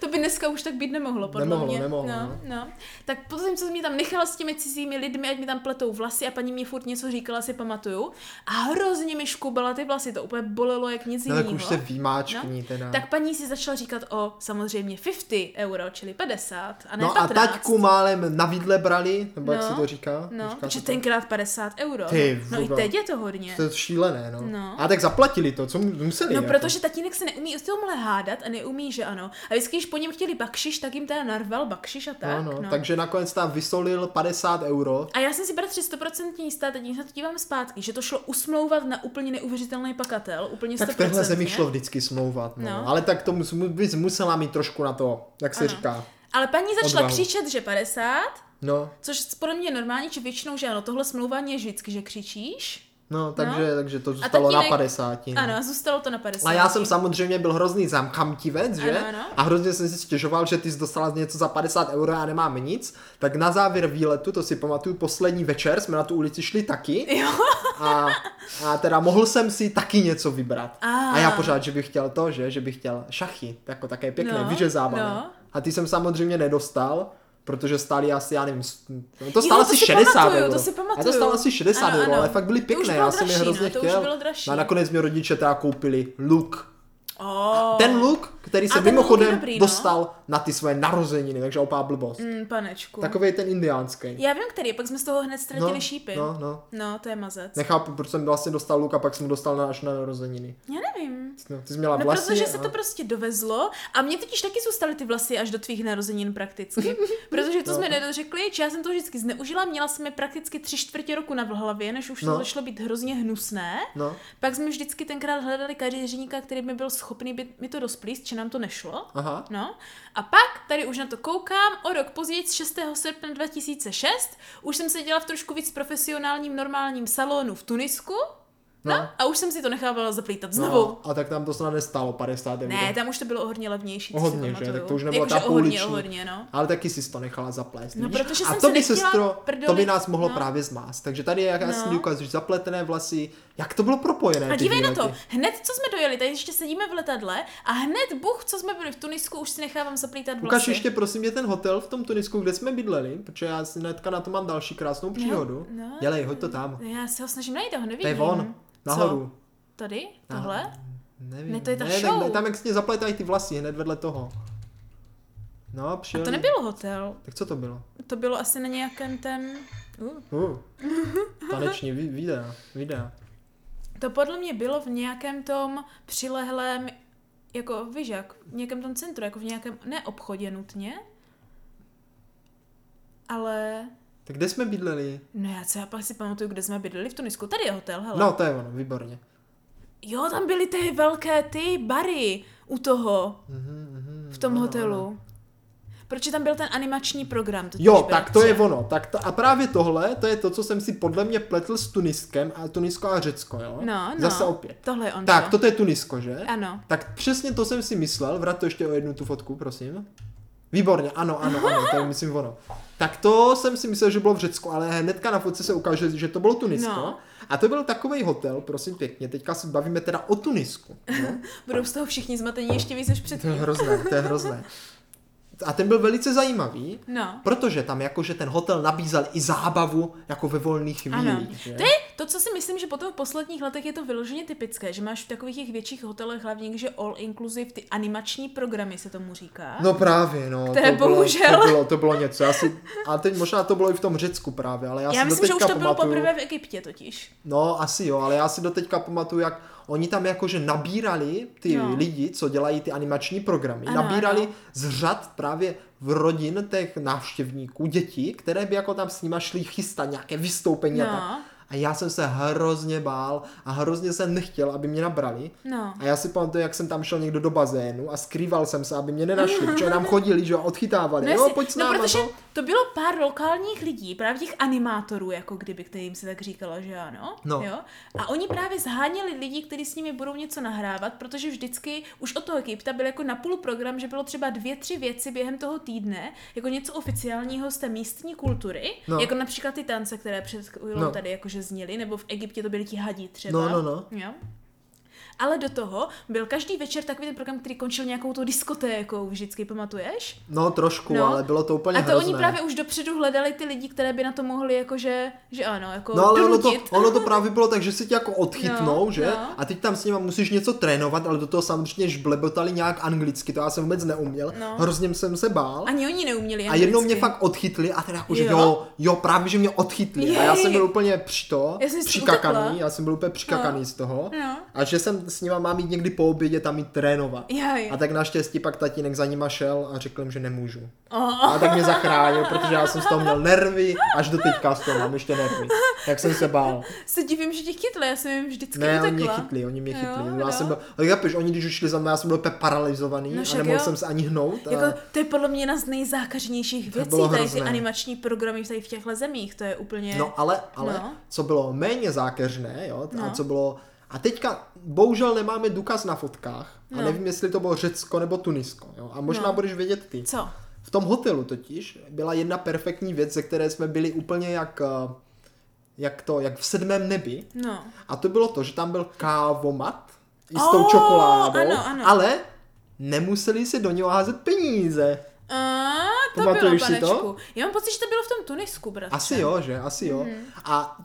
S2: to by dneska už tak být nemohlo, podle
S1: Nemohlo,
S2: mě.
S1: nemohlo,
S2: No,
S1: no.
S2: no. Tak potom, co mě tam nechala s těmi cizími lidmi, ať mi tam pletou vlasy a paní mě furt něco říkala, si pamatuju. A hrozně mi škubala ty vlasy, to úplně bolelo jak nic
S1: No
S2: jiného. No.
S1: tak už se výmáčkní teda.
S2: Tak paní si začala říkat o samozřejmě 50 euro, čili 50, a ne
S1: No a
S2: 15.
S1: taťku málem na vidle brali, nebo jak
S2: No,
S1: se to říká?
S2: No,
S1: Říká
S2: protože
S1: se to.
S2: tenkrát 50 euro.
S1: Ty
S2: no i
S1: vůbec.
S2: teď je to hodně.
S1: To je šílené, no.
S2: No.
S1: A tak zaplatili to, co mu- museli.
S2: No,
S1: jako.
S2: protože tatínek se neumí s tímhle hádat a neumí, že ano. A vždycky, když po něm chtěli bakšiš, tak jim teda narval bakšiš a tak.
S1: no, no. Takže nakonec tam vysolil 50 euro.
S2: A já jsem si bratře 100% jistá, teď se to dívám zpátky, že to šlo usmlouvat na úplně neuvěřitelný pakatel, úplně 100%.
S1: Tak v téhle zemi šlo vždycky smlouvat. No.
S2: No.
S1: No. Ale tak to mus, bys musela mít trošku na to, jak se
S2: Ano.
S1: říká.
S2: Ale paní začala
S1: Odvahu.
S2: křičet, že 50,
S1: No,
S2: což podle mě je normální, že většinou, že ano, tohle smlouvání je vždycky, že křičíš.
S1: no, takže, no. takže to
S2: A
S1: zůstalo na
S2: tatínek-
S1: 50. no.
S2: Ano, a zůstalo to na 50.
S1: A já jsem samozřejmě byl hrozný zamkamtivec, že?
S2: Ano, ano.
S1: A hrozně jsem si stěžoval, že ty jsi dostala něco za 50 euro a nemám nic. Tak na závěr výletu, to si pamatuju, poslední večer jsme na tu ulici šli taky.
S2: Jo.
S1: A, a teda mohl jsem si taky něco vybrat.
S2: A.
S1: A já pořád, že bych chtěl to, že? Že bych chtěl šachy, jako také pěkné,
S2: No,
S1: no, víš, že zábavné.
S2: no.
S1: A ty jsem samozřejmě nedostal, protože stály asi, já nevím, s- no to
S2: Jo,
S1: stálo
S2: to
S1: asi
S2: si
S1: 60
S2: pamatuju,
S1: euro.
S2: to si
S1: A
S2: pamatuju.
S1: to stálo asi 60
S2: Ano,
S1: euro,
S2: ano.
S1: ale fakt byly
S2: To už
S1: pěkné,
S2: bylo
S1: já jsem je
S2: dražší,
S1: hrozně
S2: no, to už
S1: chtěl.
S2: bylo dražší.
S1: No a nakonec mě rodiče teda koupili luk.
S2: Oh.
S1: Ten luk, který se
S2: ten luk je
S1: mimochodem
S2: dobrý, no.
S1: dostal na ty svoje narozeniny, takže opá blbost. Mm.
S2: Mm, panečku.
S1: Takový ten indiánský.
S2: Já vím, který, pak jsme z toho hned ztratili
S1: No,
S2: šípy.
S1: no, no.
S2: no, to je mazec.
S1: Nechápu, proč jsem vlastně dostal luk a pak jsem dostal na, až na narozeniny.
S2: Já nevím.
S1: No, ty jsi měla
S2: No,
S1: vlasy.
S2: protože se to
S1: a...
S2: prostě dovezlo a mě totiž taky zůstaly ty vlasy až do tvých narozenin prakticky. Protože to
S1: No.
S2: jsme nedořekli, že já jsem to vždycky zneužila, měla jsem je prakticky tři čtvrtě roku na hlavě, než už to
S1: No.
S2: začalo být hrozně hnusné.
S1: No,
S2: Pak jsme vždycky tenkrát hledali kadeřníka, který by byl schopný by, mi to rozplíst, že nám to nešlo.
S1: aha.
S2: No, a pak tady už na to koukám, o rok později, 6. srpna 2006, už jsem seděla v trošku víc profesionálním normálním salonu v Tunisku, no,
S1: No.
S2: a už jsem si to nechávala zaplítat znovu.
S1: No, a tak tam to snad nestálo 50 euro.
S2: Ne, tam už to bylo o hodně levnější.
S1: O
S2: co si
S1: hodně, že? Tak
S2: pamatuju.
S1: to už nebyla
S2: Jakože
S1: ta
S2: o hodně,
S1: pouliční.
S2: o hodně, no.
S1: Ale taky jsi to nechala zaplést.
S2: No,
S1: vidíš?
S2: protože
S1: a
S2: jsem
S1: to
S2: se
S1: by,
S2: nechtěla
S1: sestro, to by
S2: prdolit,
S1: nás mohlo
S2: no.
S1: právě zmást. Takže tady je jasný
S2: No.
S1: no. ukaz, že zapletené vlasy, jak to bylo propojené.
S2: A
S1: ty
S2: dívej na
S1: výlety.
S2: to, hned co jsme dojeli, tady ještě sedíme v letadle a hned buch, co jsme byli v Tunisku, už si nechávám zaplítat vlasy.
S1: Ukaž ještě prosím mě ten hotel v tom Tunisku, kde jsme bydleli, protože já si hnedka na to mám další krásnou příhodu.
S2: no.
S1: Dělej, hoď to tam.
S2: Já se ho snažím najít, já ho nevidím.
S1: To je von, nahoru.
S2: Co? Tady?
S1: Aha.
S2: Tohle?
S1: Nevím.
S2: Ne, to je ta
S1: ne,
S2: show.
S1: Tak, tam jak se tě zapletají ty vlasy hned vedle toho. No, přijel.
S2: To nebyl hotel,
S1: Tak co to bylo?
S2: to bylo asi na nějakém ten... Uh.
S1: Uh. Taneční vi- videa, videa.
S2: To podle mě bylo v nějakém tom přilehlém, jako víš jak, v nějakém tom centru, jako v nějakém, ne obchodě nutně, ale...
S1: Tak kde jsme bydleli?
S2: No já co, já pak si pamatuju, kde jsme bydleli v Tunisku. Tady je hotel, hele.
S1: No, to je ono, výborně.
S2: Jo, tam byly ty velké ty bary u toho,
S1: Mhm, mhm.
S2: v tom
S1: Ano, ano.
S2: hotelu. Proč tam byl ten animační program? totiž,
S1: Jo, tak to
S2: bratře.
S1: je ono. Tak to, a právě tohle, to je to, co jsem si podle mě pletl s Tuniskem a Tunisko a Řecko, jo?
S2: No, no.
S1: Zase opět.
S2: Tohle je on.
S1: Tak,
S2: že?
S1: toto je Tunisko, že?
S2: Ano.
S1: Tak přesně to jsem si myslel, vrát to ještě o jednu tu fotku, prosím. Výborně, ano, ano, ano, to je myslím ono. Tak to jsem si myslel, že bylo v Řecku, ale hnedka na fotce se ukáže, že to bylo Tunisko.
S2: No.
S1: No. A to byl takový hotel, prosím pěkně, teďka se bavíme teda o Tunisku. No?
S2: Budou z toho všichni zmatení ještě víc než
S1: To
S2: předtím.
S1: je hrozné, to je hrozné. A ten byl velice zajímavý,
S2: No.
S1: protože tam jakože ten hotel nabízel i zábavu jako ve volných
S2: Ano.
S1: chvílích. že?
S2: To je to, co si myslím, že potom v posledních letech je to vyloženě typické, že máš v takových těch větších hotelech hlavně, že all inclusive, ty animační programy se tomu říká.
S1: No právě, no.
S2: Které
S1: to bylo,
S2: bohužel.
S1: To bylo, to bylo něco. Já si, a teď možná to bylo i v tom Řecku právě, ale já,
S2: Já
S1: si
S2: myslím, že
S1: do
S2: už
S1: teďka
S2: to bylo
S1: pamatuju,
S2: poprvé v Egyptě totiž.
S1: No, asi jo, ale já si doteďka pamatuju, jak oni tam jakože nabírali ty
S2: No.
S1: no. lidi, co dělají ty animační programy,
S2: Ano,
S1: ano, nabírali
S2: ano.
S1: ano. z řad právě v rodin těch návštěvníků, dětí, které by jako tam s nima šli chystat nějaké vystoupení a
S2: No.
S1: tak. A já jsem se hrozně bál a hrozně jsem nechtěl, aby mě nabrali.
S2: No.
S1: A já si pamatuju, jak jsem tam šel někdo do bazénu a skrýval jsem se, aby mě nenašli, protože nám chodili, že jo, a odchytávali.
S2: No,
S1: No, jo,
S2: jestli,
S1: pojď s
S2: no
S1: náma,
S2: protože
S1: no.
S2: to bylo pár lokálních lidí, právě těch animátorů, jako kdyby, kterým se tak říkalo, že ano.
S1: No.
S2: Jo? A oni právě zháněli lidi, kteří s nimi budou něco nahrávat, protože vždycky už od toho Egypta byl jako na půl program, že bylo třeba dvě, tři věci během toho týdne, jako něco oficiálního z té místní kultury, no.
S1: No.
S2: jako například ty tance, které před chvílou no.
S1: No.
S2: tady jakože zněly, nebo v Egyptě to byly ti hadí třeba.
S1: No, no, no.
S2: Jo? Ale do toho byl každý večer takový ten program, který končil nějakou tou diskotékou, vždycky pamatuješ?
S1: No trošku,
S2: No.
S1: ale bylo to úplně
S2: A to
S1: hrozné.
S2: oni právě už dopředu hledali ty lidi, které by na to mohli jakože, že ano, jako
S1: No ale ono to,
S2: donutit.
S1: ono to právě bylo tak, že si tě jako odchytnou,
S2: No,
S1: no, že?
S2: no.
S1: No. A teď tam s nima musíš něco trénovat, ale do toho samozřejmě žblebotali nějak anglicky, to já jsem vůbec neuměl.
S2: No.
S1: No. Hrozně jsem se bál.
S2: Ani oni neuměli
S1: A jednou mě
S2: anglicky.
S1: fakt odchytli a teda jako, že
S2: Jo?
S1: jo? jo, jo, právě, že mě odchytli. A já jsem
S2: Jej.
S1: byl úplně při to,
S2: Já jsem si
S1: přikakaný,
S2: utekla.
S1: já jsem byl úplně přikakaný
S2: No.
S1: z toho.
S2: No.
S1: A že jsem s nima má mít někdy po obědě tam jít trénovat.
S2: Jaj.
S1: A tak naštěstí pak tatínek za nima šel a řekl jim, že nemůžu.
S2: Oh.
S1: A tak mě zachránil, protože já jsem z toho měl nervy, až do teďka z toho mám ještě nervy. Jak jsem se bál.
S2: Se divím, že tě chytli, já jsem jim vždycky
S1: Ne,
S2: utekla.
S1: oni mě chytli, oni mě chytli.
S2: Jo,
S1: já
S2: jo.
S1: jsem byl, ale chápeš, oni když už šli za mnou, já jsem byl úplně paralizovaný
S2: No
S1: a
S2: však
S1: nemohl
S2: jo.
S1: jsem se ani hnout. A...
S2: Jako, to je podle mě jedna z nejzákařnějších věcí,
S1: bylo
S2: tady ty
S1: hrozné.
S2: animační programy tady v těchto zemích, to je úplně...
S1: No ale, ale
S2: No.
S1: co bylo méně zákeřné, jo, a
S2: No.
S1: co bylo... A teďka bohužel nemáme důkaz na fotkách a
S2: No.
S1: nevím, jestli to bylo Řecko nebo Tunisko. Jo? A možná
S2: No.
S1: budeš vědět ty.
S2: Co?
S1: V tom hotelu totiž byla jedna perfektní věc, ze které jsme byli úplně jak, eh, jak to, jak v sedmém nebi.
S2: No.
S1: A to bylo to, že tam byl kávomat i s
S2: Oh,
S1: tou čokoládou,
S2: ano, ano.
S1: ale nemuseli si do něho házet peníze.
S2: A, to bylo,
S1: Pamatuješ si
S2: panečku.
S1: to?
S2: Já mám pocit, že to bylo v tom Tunisku, bratře.
S1: Asi jo, že? Asi jo.
S2: Mhm.
S1: A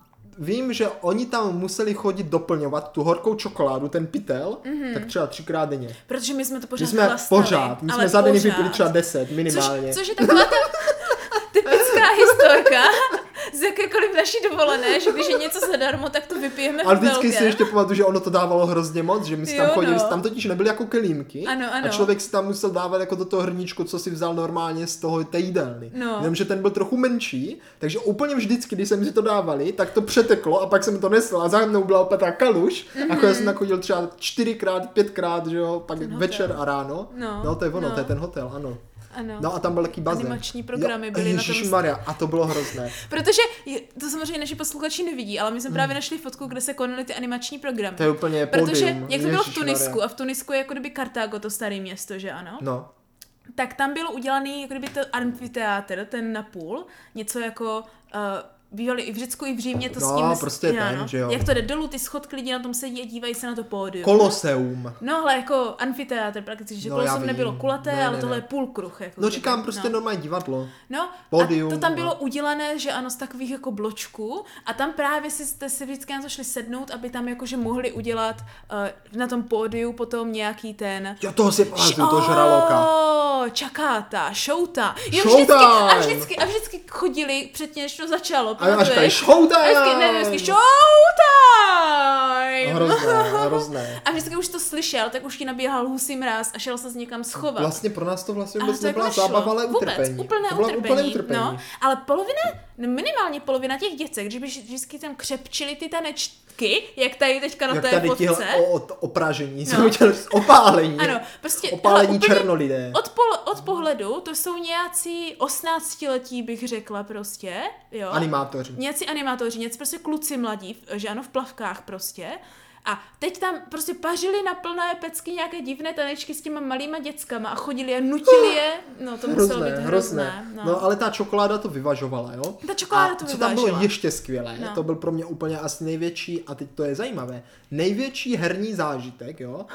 S1: vím, že oni tam museli chodit doplňovat tu horkou čokoládu, ten pitel, tak třeba třikrát denně.
S2: Protože my jsme to Mhm. pořád
S1: My jsme
S2: chlastali,
S1: pořád, my
S2: ale
S1: jsme za den
S2: pořád.
S1: vypili třeba 10
S2: Což,
S1: minimálně.
S2: což je taková ta typická historka z jakékoliv naší dovolené, že když je něco zadarmo, tak to vypijeme
S1: Ale
S2: v
S1: vždycky si
S2: velkém.
S1: ještě pamatuju, že ono to dávalo hrozně moc, že my jsme tam
S2: Jo,
S1: chodili,
S2: no.
S1: tam totiž nebyly jako kelímky
S2: Ano,
S1: a
S2: ano.
S1: člověk si tam musel dávat jako do toho hrníčku, co si vzal normálně z toho té jídelny.
S2: No.
S1: Jenomže ten byl trochu menší, takže úplně vždycky, když jsem si to dávali, tak to přeteklo a pak jsem to nesl a za mnou byla opět ta kaluž
S2: Mhm.
S1: mm-hmm. a chodil jsem nachodil třeba čtyřikrát, pětkrát, že jo, pak
S2: hotel.
S1: večer a ráno.
S2: No,
S1: no to je ono,
S2: no.
S1: to je ten hotel, ano.
S2: Ano.
S1: No a tam byl taky bazén.
S2: Animační programy byly na tom
S1: Maria, a to bylo hrozné.
S2: Protože je- to samozřejmě naši posluchači nevidí, ale my jsme právě našli fotku, kde se konaly ty animační programy.
S1: Hmm. To je úplně
S2: Protože
S1: pódium.
S2: jak to bylo v
S1: Ježišmarja.
S2: Tunisku, a v Tunisku je jako kdyby Kartágo, to staré město, že ano?
S1: No,
S2: tak tam bylo udělaný jako kdyby ten amfiteátr, ten napůl, něco jako uh, bývali i v Řecku, i v Římě, to
S1: No,
S2: s tím...
S1: prostě ten,
S2: ano.
S1: že jo.
S2: Jak to jde dolů, ty schodky lidi na tom sedí a dívají se na to pódium.
S1: Koloseum.
S2: No, ale jako amfiteátr prakticky, že
S1: No,
S2: no,
S1: já
S2: kolosum
S1: vím.
S2: nebylo kulaté,
S1: Ne,
S2: ale
S1: ne,
S2: tohle
S1: ne.
S2: je půlkruh. Jako
S1: No
S2: kdyby.
S1: říkám prostě
S2: no.
S1: normální divadlo.
S2: No,
S1: Pódium,
S2: a to tam
S1: no.
S2: bylo udělané, že ano, z takových jako bločků a tam právě si, jste si vždycky na to šli sednout, aby tam jakože mohli udělat uh, na tom pódiu potom nějaký ten
S1: Jo, toho si pamatuju, toho žraloka.
S2: Oh, čakáta, šouta. Jo,
S1: Showtime!
S2: vždycky, a, vždycky, a vždycky chodili předtím, než to začalo.
S1: A, a
S2: pamatuješ?
S1: říkají showtime!
S2: A vždycky, ne, vždycky showtime!
S1: No, Hrozné, hrozné.
S2: A vždycky už to slyšel, tak už ti nabíhal husí mraz a šel se s někam schovat.
S1: Vlastně pro nás to vlastně
S2: Ale
S1: vůbec
S2: to jako
S1: nebyla
S2: nešlo.
S1: zábava, ale
S2: Vůbec,
S1: utrpení.
S2: Úplné
S1: to bylo
S2: utrpení,
S1: úplné utrpení.
S2: No, ale polovina, no minimálně polovina těch děcek, že by vždycky tam křepčili ty tanečky, jak tady teďka na
S1: Jak
S2: té
S1: tady
S2: fotce.
S1: tihle o, o, opražení,
S2: No.
S1: no. opálení.
S2: Ano, prostě hele,
S1: opálení
S2: úplně
S1: černolidé.
S2: Od, pol, od pohledu to jsou nějací 18-letí, bych řekla prostě, jo.
S1: Animátoři.
S2: nějací animátoři, nějací prostě kluci mladí, v- že ano, v plavkách prostě. A teď tam prostě pařili na plné pecky nějaké divné tanečky s těma malýma dětskama a chodili je, nutili je. No to muselo být hrozné.
S1: No. ale ta čokoláda to vyvažovala, jo?
S2: Ta čokoláda
S1: a
S2: to
S1: co tam bylo
S2: vyvážela.
S1: ještě skvělé, no.
S2: No.
S1: to byl pro mě úplně asi největší, a teď to je zajímavé, největší herní zážitek, jo?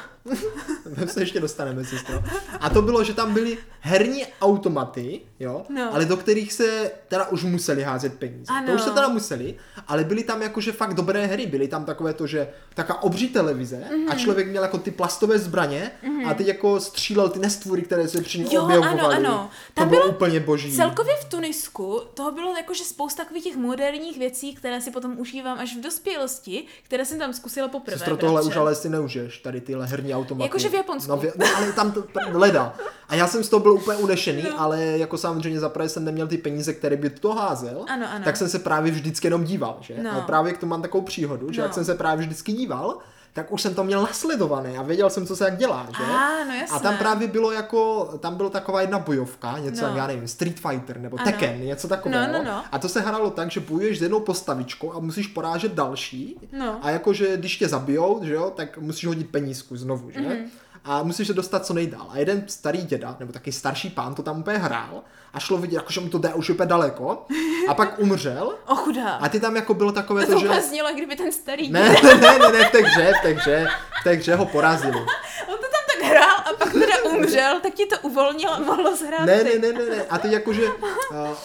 S1: My se ještě dostaneme, sestro. A to bylo, že tam byly herní automaty, jo?
S2: No.
S1: Ale do kterých se teda už museli házet peníze. To
S2: Ano.
S1: už se teda museli, ale byly tam jakože fakt dobré hry. Byly tam takové to, že taká obří televize mm-hmm.
S2: Mhm.
S1: a člověk měl jako ty plastové zbraně mm-hmm. a teď jako střílel ty nestvůry, které se při ní
S2: Jo, ano,
S1: objevovaly.
S2: ano.
S1: To
S2: Tam
S1: bylo
S2: bylo
S1: úplně boží.
S2: Celkově v Tunisku toho bylo jakože spousta takových těch moderních věcí, které si potom užívám až v dospělosti, které jsem tam zkusila poprvé.
S1: Sestro, tohle
S2: bratře.
S1: už ale si neužiješ, tady tyhle herní automaty.
S2: Jakože v Japonsku.
S1: No, v, no ale tam to, tam leda. A já jsem z toho byl úplně unešený, no. ale jako samozřejmě zaprvé jsem neměl ty peníze, které by to házel,
S2: Ano, ano.
S1: tak jsem se právě vždycky jenom díval, že?
S2: No.
S1: A právě k tomu mám takovou příhodu, že
S2: No.
S1: jak jsem se právě vždycky díval, tak už jsem to měl nasledované a věděl jsem, co se jak dělá, že?
S2: Á, no jasné.
S1: A tam právě bylo jako, tam byla taková jedna bojovka, něco
S2: No.
S1: jak, já nevím, Street Fighter nebo
S2: Ano.
S1: Tekken, něco takového.
S2: No, no, no.
S1: A to se hrálo tak, že bojuješ s jednou postavičkou a musíš porážet další.
S2: No.
S1: A jakože když tě zabijou, že jo, tak musíš hodit penízku znovu, že?
S2: Mhm.
S1: Mm-hmm. A musíš se dostat co nejdál. A jeden starý děda, nebo taky starší pán, to tam úplně hrál a šlo vidět, jakože mu to jde už úplně daleko. A pak umřel.
S2: O chudá.
S1: A ty tam jako bylo takové
S2: to,
S1: to,
S2: to
S1: že...
S2: úplně znělo, jak kdyby ten starý
S1: Ne, ne, ne, ne, ne, v té hře, v té hře, v té hře ho porazili.
S2: On to tam tak hrál a pak teda umřel, tak ti to uvolnil a mohlo zhrát
S1: Ne,
S2: ty.
S1: ne, ne, ne, ne. A teď jakože uh,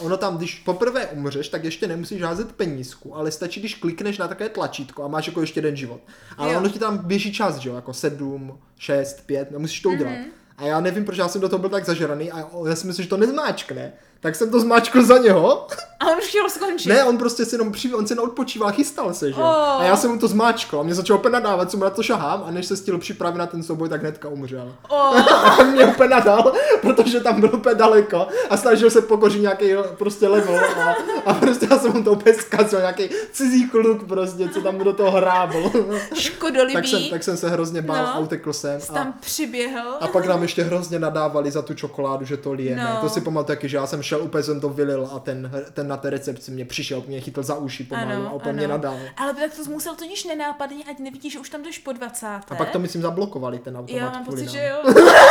S1: ono tam, když poprvé umřeš, tak ještě nemusíš házet penízku, ale stačí, když klikneš na takové tlačítko a máš jako ještě jeden život. Ale
S2: Jo.
S1: ono ti tam běží čas, že jo, jako sedm, šest, pět, no
S2: Mhm.
S1: musíš to udělat. A já nevím, proč já jsem do toho byl tak zažraný a o- já si myslím, že to nezmáčkne. Tak jsem to zmáčkl za něho
S2: A on už chtěl skončit.
S1: Ne, on prostě si jenom při, on si neodpočíval, chystal se, že? jo?
S2: Oh.
S1: A já jsem mu to zmáčkal a mě začal úplně nadávat, co mu na to šahám a než se stihl připravit na ten souboj, tak hnedka umřel.
S2: O,
S1: A mě úplně nadal, protože tam byl úplně daleko a snažil se pokořit nějaký prostě level a, a prostě já jsem mu to úplně zkazil, nějaký cizí kluk prostě, co tam do toho hrábl.
S2: škodolibý.
S1: tak, jsem, tak jsem se hrozně bál
S2: No.
S1: a utekl jsem.
S2: Jsi
S1: A,
S2: tam přiběhl.
S1: a pak nám ještě hrozně nadávali za tu čokoládu, že to lijeme.
S2: No.
S1: No. To si pamatuju taky, že já jsem šel, úplně jsem to vylil a ten, ten na té recepci mě přišel, mě chytl za uši pomalu
S2: Ano,
S1: a úplně
S2: ano.
S1: mě nadal.
S2: Ale tak to musel totiž nenápadně, ať nevidíš, že už tam jdeš po 20.
S1: A pak to myslím zablokovali ten automat.
S2: Já mám
S1: kvůli nám.
S2: pocit, že jo.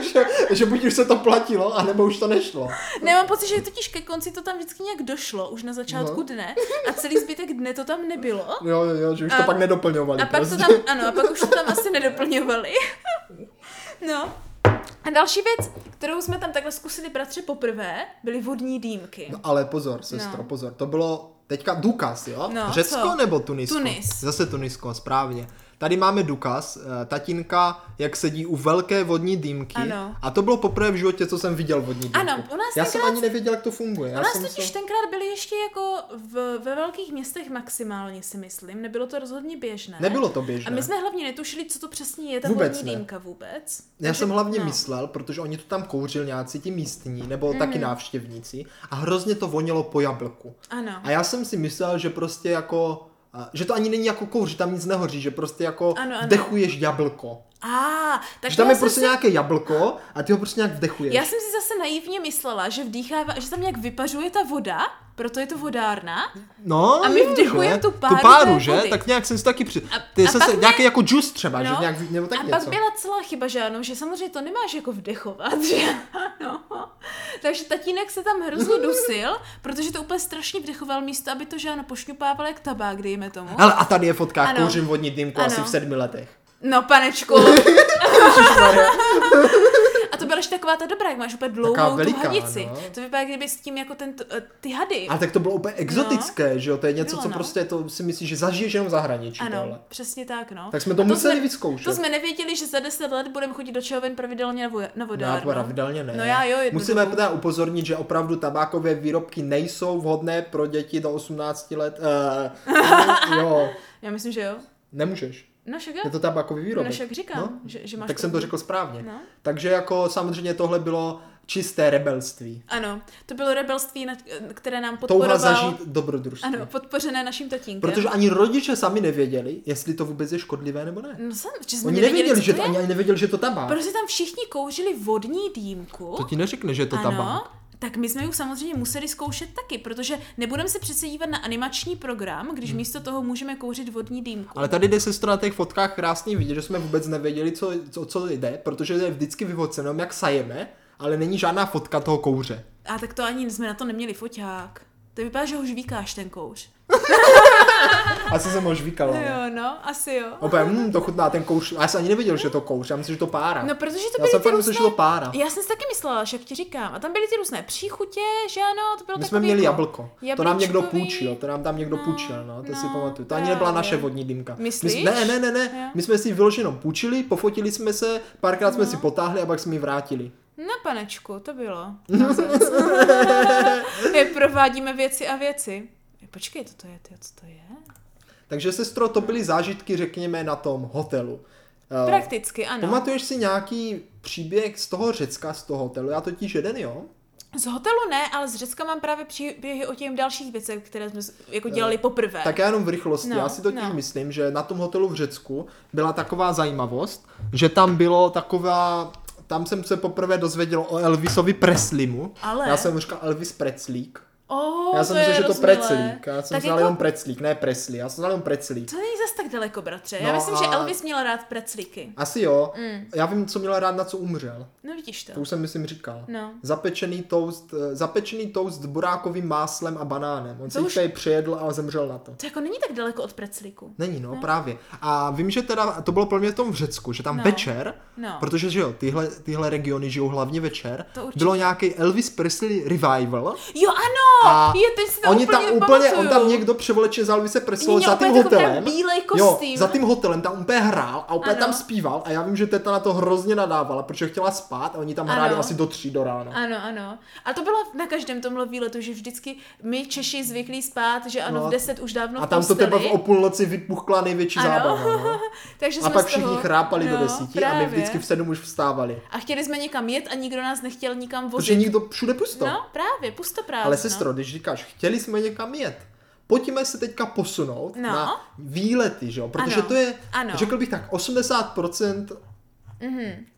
S1: že, že buď už se to platilo, anebo už to nešlo.
S2: Ne, mám pocit, že totiž ke konci to tam vždycky nějak došlo, už na začátku
S1: No.
S2: dne. A celý zbytek dne to tam nebylo.
S1: Jako- Jo, jo, jo, že už
S2: A-
S1: to pak nedoplňovali.
S2: A pak to
S1: prostě.
S2: tam, ano, a pak už to tam asi nedoplňovali. No. A další věc, kterou jsme tam takhle zkusili bratře poprvé, byly vodní dýmky.
S1: No, ale pozor, sestro,
S2: No.
S1: no. pozor. To bylo teďka Dukas, jo?
S2: No,
S1: Řecko
S2: co?
S1: nebo Tunisko?
S2: Tunis.
S1: Zase Tunisko, správně. Tady máme Dukas, eh, tatínka, jak sedí u velké vodní dýmky.
S2: Ano.
S1: A to bylo poprvé v životě, co jsem viděl vodní dýmku.
S2: Ano, u nás
S1: Já jsem
S2: tenkrát-
S1: ani nevěděl, jak to funguje.
S2: U
S1: Já
S2: nás
S1: jsem
S2: totiž tenkrát byly ještě jako v, ve velkých městech maximálně, si myslím. Nebylo to rozhodně běžné.
S1: Nebylo to běžné.
S2: A my jsme hlavně netušili, co to přesně je ta
S1: Vůbec
S2: vodní
S1: ne.
S2: dýmka vůbec.
S1: Já jsem hlavně
S2: no. Mhm.
S1: no. myslel, protože oni to tam kouřil nějací ti místní, nebo mm. taky návštěvníci a hrozně to vonilo po jablku.
S2: Ano.
S1: A já jsem si myslel, že prostě jako, a- že to ani není jako kouř, že tam nic nehoří, že prostě jako
S2: Ano, ano.
S1: vdechuješ jablko.
S2: A, tak
S1: Že tam
S2: já
S1: je
S2: jsem
S1: prostě
S2: si-
S1: nějaké jablko a ty ho prostě nějak vdechuješ.
S2: Já jsem si zase naivně myslela, že vdýchává, že tam nějak vypařuje ta voda, proto je to vodárna.
S1: No,
S2: a my
S1: jo, že?
S2: vdechujeme tu páru
S1: tu páru
S2: té
S1: že?
S2: vody.
S1: Tak nějak jsem si taky při...
S2: A-
S1: Ty
S2: a
S1: jsem
S2: pak
S1: se,
S2: mě-
S1: nějaký jako džus třeba, že
S2: No,
S1: nějak, nebo tak
S2: a
S1: něco.
S2: pak byla celá chyba, že ano, že samozřejmě to nemáš jako vdechovat, že ano. Takže tatínek se tam hrozně dusil, protože to úplně strašně vdechoval místo, aby to, že ano, pošňupával jak tabák, dejme tomu.
S1: Hele, a tady je fotka,
S2: Ano.
S1: ano. kouřím vodní dýmku asi
S2: Ano.
S1: v sedmi letech.
S2: No, panečku. A to byla ještě taková ta dobrá, jak máš úplně dlouhou tu
S1: veliká,
S2: hadici.
S1: no.
S2: To vypadá, jak kdyby s tím jako ten, ty hady.
S1: A tak to bylo úplně exotické, že jo? To je něco,
S2: No. Bylo,
S1: co
S2: no.
S1: prostě to si myslíš, že zažiješ jenom v zahraničí.
S2: Ano,
S1: Tohle.
S2: přesně tak, no.
S1: Tak jsme to
S2: A
S1: museli vyzkoušet.
S2: To jsme nevěděli, že za 10 let budeme chodit do Čehoven pravidelně na, voje, na
S1: Já
S2: vodárnu.
S1: pravidelně ne.
S2: No já jo, jednu
S1: Musíme
S2: dobu.
S1: teda upozornit, že opravdu tabákové výrobky nejsou vhodné pro děti do 18 let. Uh, jo,
S2: Já myslím, že jo.
S1: nemůžeš.
S2: No však
S1: Je
S2: jo.
S1: to tabákový výrobek.
S2: No však říkám,
S1: No?
S2: že, že máš
S1: tak jsem to
S2: pravdu.
S1: řekl správně.
S2: No.
S1: Takže jako samozřejmě tohle bylo čisté rebelství.
S2: Ano, to bylo rebelství, na- které nám
S1: Touha
S2: podporoval...
S1: zažít dobrodružství.
S2: Ano, podpořené naším tatínkem.
S1: Protože ani rodiče sami nevěděli, jestli to vůbec je škodlivé nebo ne.
S2: No sam, že jsme
S1: Oni nevěděli,
S2: co
S1: že
S2: to
S1: to,
S2: je.
S1: ani, ani nevěděli, že to tabák.
S2: Protože tam všichni kouřili vodní dýmku.
S1: To ti neřekne, že je to
S2: ano,
S1: tabák.
S2: tak my jsme ju samozřejmě museli zkoušet taky, protože nebudeme se přece dívat na animační program, když místo toho můžeme kouřit vodní dýmku.
S1: Hmm. Ale tady jde sestra na těch fotkách krásně vidět, že jsme vůbec nevěděli, co, co, co jde, protože je vždycky vyhoceno, jak sajeme, ale není žádná fotka toho kouře.
S2: A tak to ani jsme na to neměli foťák. To vypadá, že ho žvíkáš ten kouř.
S1: Asi jsem ho žvíkal.
S2: No
S1: ale-
S2: jo, no, asi jo.
S1: Opět, hm, to chutná ten kouř. A já jsem ani nevěděl, že to kouř, já myslím, že to pára.
S2: No, protože to
S1: já
S2: byly
S1: jsem
S2: ty
S1: fakt
S2: různé...
S1: myslel, že to pára.
S2: Já jsem si taky myslela, však ti říkám. A tam byly ty různé příchutě, že ano, to bylo
S1: My
S2: takový
S1: jsme měli
S2: jako
S1: jablko. To nám někdo
S2: jablíčkový-
S1: půjčil, to nám tam někdo
S2: No,
S1: půjčil, no, to si
S2: no,
S1: pamatuju. To ani nebyla naše
S2: právě.
S1: vodní dýmka. My
S2: Myslíš?
S1: jsme- ne, ne, ne, ne.
S2: Jo. No.
S1: My jsme si ji vyloženě jenom půjčili, pofotili jsme se, párkrát jsme si potáhli a pak jsme ji vrátili.
S2: Na No, panečku, to bylo. My provádíme věci a věci. Počkej, to je, ty, co to je?
S1: Takže sestro, to byly zážitky, řekněme, na tom hotelu. Eh,
S2: Prakticky, ano.
S1: Pamatuješ si nějaký příběh z toho Řecka, z toho hotelu? Já totiž jeden, jo?
S2: Z hotelu ne, ale z Řecka mám právě příběhy o těch dalších věcech, které jsme s- jako dělali poprvé.
S1: Eh, Tak já jenom v rychlosti.
S2: No,
S1: já si totiž
S2: no.
S1: myslím, že na tom hotelu v Řecku byla taková zajímavost, že tam bylo taková... Tam jsem se poprvé dozvěděl o Elvisovi Preslimu.
S2: Ale-
S1: Já jsem říkal Elvis Preclík.
S2: Oh,
S1: já jsem
S2: to je
S1: myslel, že to
S2: rozmilé.
S1: Preclík. Já jsem znal
S2: tak jako,
S1: jenom Preclík, ne Presley. Já jsem znal jenom Preclík.
S2: To není zas tak daleko, bratře. Já
S1: No
S2: myslím, že
S1: a-
S2: Elvis měl rád precliky.
S1: Asi jo.
S2: Mm.
S1: Já vím, co měl rád, na co umřel.
S2: No vidíš to.
S1: To už jsem, myslím, říkal.
S2: No.
S1: Zapečený toast, eh, zapečený toast s burákovým máslem a banánem. On
S2: To
S1: si
S2: už-
S1: už... tady přijedl a zemřel na to.
S2: To jako není tak daleko od precliku.
S1: Není, no, právě. A vím, že teda to bylo pro mě v tom v Řecku, že tam
S2: No.
S1: večer,
S2: No.
S1: protože že jo, tyhle, tyhle regiony žijou hlavně večer,
S2: To určitě.
S1: bylo nějaký Elvis Presley revival
S2: Jo, ano!
S1: A
S2: je, teď si to
S1: Oni
S2: úplně
S1: tam úplně, on
S2: nepamatuju.
S1: tam někdo převleče za Luise Presley
S2: Měl
S1: za tím
S2: úplně takový
S1: hotelem.
S2: ten bílej
S1: Jo,
S2: kostým.
S1: za tím hotelem tam úplně hrál a úplně
S2: Ano.
S1: tam zpíval a já vím, že teta na to hrozně nadávala, protože chtěla spát a oni tam hráli
S2: Ano.
S1: asi do tří do rána.
S2: Ano, ano. A to bylo na každém tomhle výletu, že vždycky my Češi zvyklí spát, že ano,
S1: No a-
S2: v 10 už dávno
S1: a
S2: v
S1: tam to
S2: posteli.
S1: tebe v o půlnoci vypuchla největší
S2: Ano.
S1: zábava. No.
S2: Takže
S1: A
S2: jsme
S1: pak
S2: z
S1: všichni
S2: toho...
S1: chrápali do
S2: No,
S1: desíti a my
S2: právě.
S1: vždycky v sedm už vstávali.
S2: A chtěli jsme někam jet a nikdo nás nechtěl nikam
S1: Protože
S2: vozit.
S1: nikdo všude pusto.
S2: No, právě, pusto právě.
S1: Ale
S2: no.
S1: sestro, když říkáš, chtěli jsme někam jet, pojďme se teďka posunout
S2: No.
S1: na výlety, že jo? Protože
S2: Ano.
S1: to je,
S2: Ano. Mhm.
S1: řekl bych tak, 80%,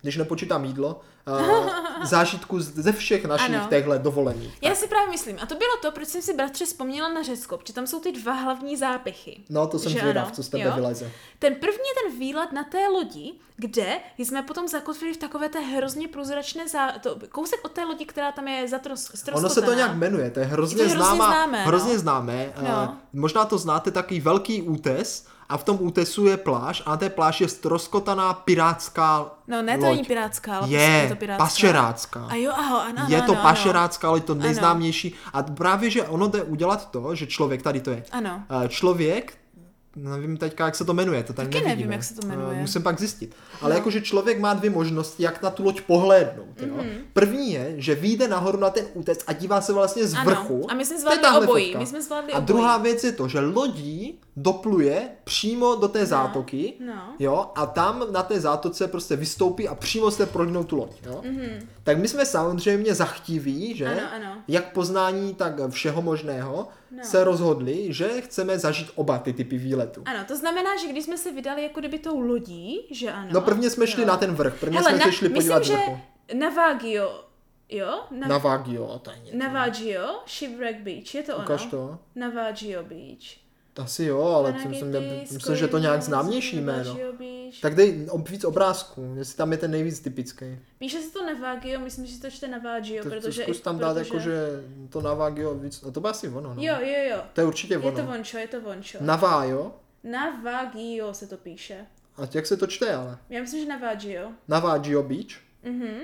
S1: když nepočítám jídlo, eh, zážitku z- ze všech našich
S2: Ano.
S1: těchhle dovolených.
S2: Já si právě myslím, a to bylo to, proč jsem si bratře vzpomněla na Řecko, protože tam jsou ty dva hlavní zápichy.
S1: No, to jsem
S2: Že
S1: zvědav,
S2: ano,
S1: co z tebe
S2: jo?
S1: vyleze.
S2: Ten první je ten výlet na té lodi, kde jsme potom zakotvili v takové té hrozně průzračné zá... to, kousek od té lodi, která tam je zatroskotaná.
S1: Ono se to nějak jmenuje, to je hrozně,
S2: Je to hrozně
S1: známá,
S2: známé, no.
S1: hrozně známé. eh,
S2: No.
S1: Možná to znáte, takový velký útes a v tom útesu je pláž a na té pláž je stroskotaná pirátská
S2: No ne, to
S1: loď.
S2: není pirátská, ale prostě
S1: Je,
S2: je to pirátská.
S1: pašerácká.
S2: A jo, aho, ano,
S1: je
S2: ano,
S1: to
S2: ano,
S1: pašerácká loď, to nejznámější. A právě, že ono jde udělat to, že člověk, tady to je,
S2: Ano.
S1: Eh, člověk, nevím teďka, jak se to jmenuje, to tady
S2: Taky nevím,
S1: nevidíme.
S2: jak se to jmenuje. No.
S1: Eh, Musím pak zjistit. Ale jakože člověk má dvě možnosti, jak na tu loď pohlédnout.
S2: Mhm.
S1: Jo? První je, že vyjde nahoru na ten útec a dívá se vlastně z
S2: Ano.
S1: vrchu.
S2: A my
S1: To
S2: jsme
S1: je
S2: zvládli
S1: tahle
S2: obojí,
S1: fotka.
S2: my jsme zvládli
S1: A
S2: obojí.
S1: druhá věc je to, že lodí dopluje přímo do té zátoky,
S2: no.
S1: jo, a tam na té zátoce prostě vystoupí a přímo se prohnou tu loď, jo. Mm-hmm. Tak my jsme samozřejmě zachtiví, že?
S2: Mhm. Ano, ano.
S1: Jak poznání, tak všeho možného
S2: No.
S1: se rozhodli, že chceme zažít oba ty typy výletu.
S2: Ano, to znamená, že když jsme se vydali jako kdyby tou lodí, že ano.
S1: No prvně jsme šli
S2: jo.
S1: na ten vrch, prvně
S2: Hele,
S1: jsme
S2: na,
S1: se šli podívat
S2: myslím,
S1: z vrchu.
S2: že Navagio, jo? Na,
S1: Na Vagio, to je
S2: No,
S1: něco.
S2: Navagio, Shipwreck Beach, je to ono?
S1: Ukaž to.
S2: Navagio Beach.
S1: Asi jo, ale
S2: Navagio
S1: myslím, jsem,
S2: Beach,
S1: myslím, že to nějak
S2: Scoria,
S1: známější jméno.
S2: Navagio Beach.
S1: Tak dej ob- víc obrázků, jestli tam je ten nejvíc typický.
S2: Píše se to Navagio, myslím, že se to čte Navagio,
S1: To, to
S2: No, protože...
S1: zkus tam dát
S2: protože...
S1: jako, že to Navagio víc, no to by asi ono, no.
S2: Jo, jo, jo.
S1: To je určitě ono.
S2: Je to vončo, je to vončo.
S1: Navajo?
S2: Navagio se to píše.
S1: A jak se to čte, ale?
S2: Já myslím, že Navagio.
S1: Navagio Beach? Mhm.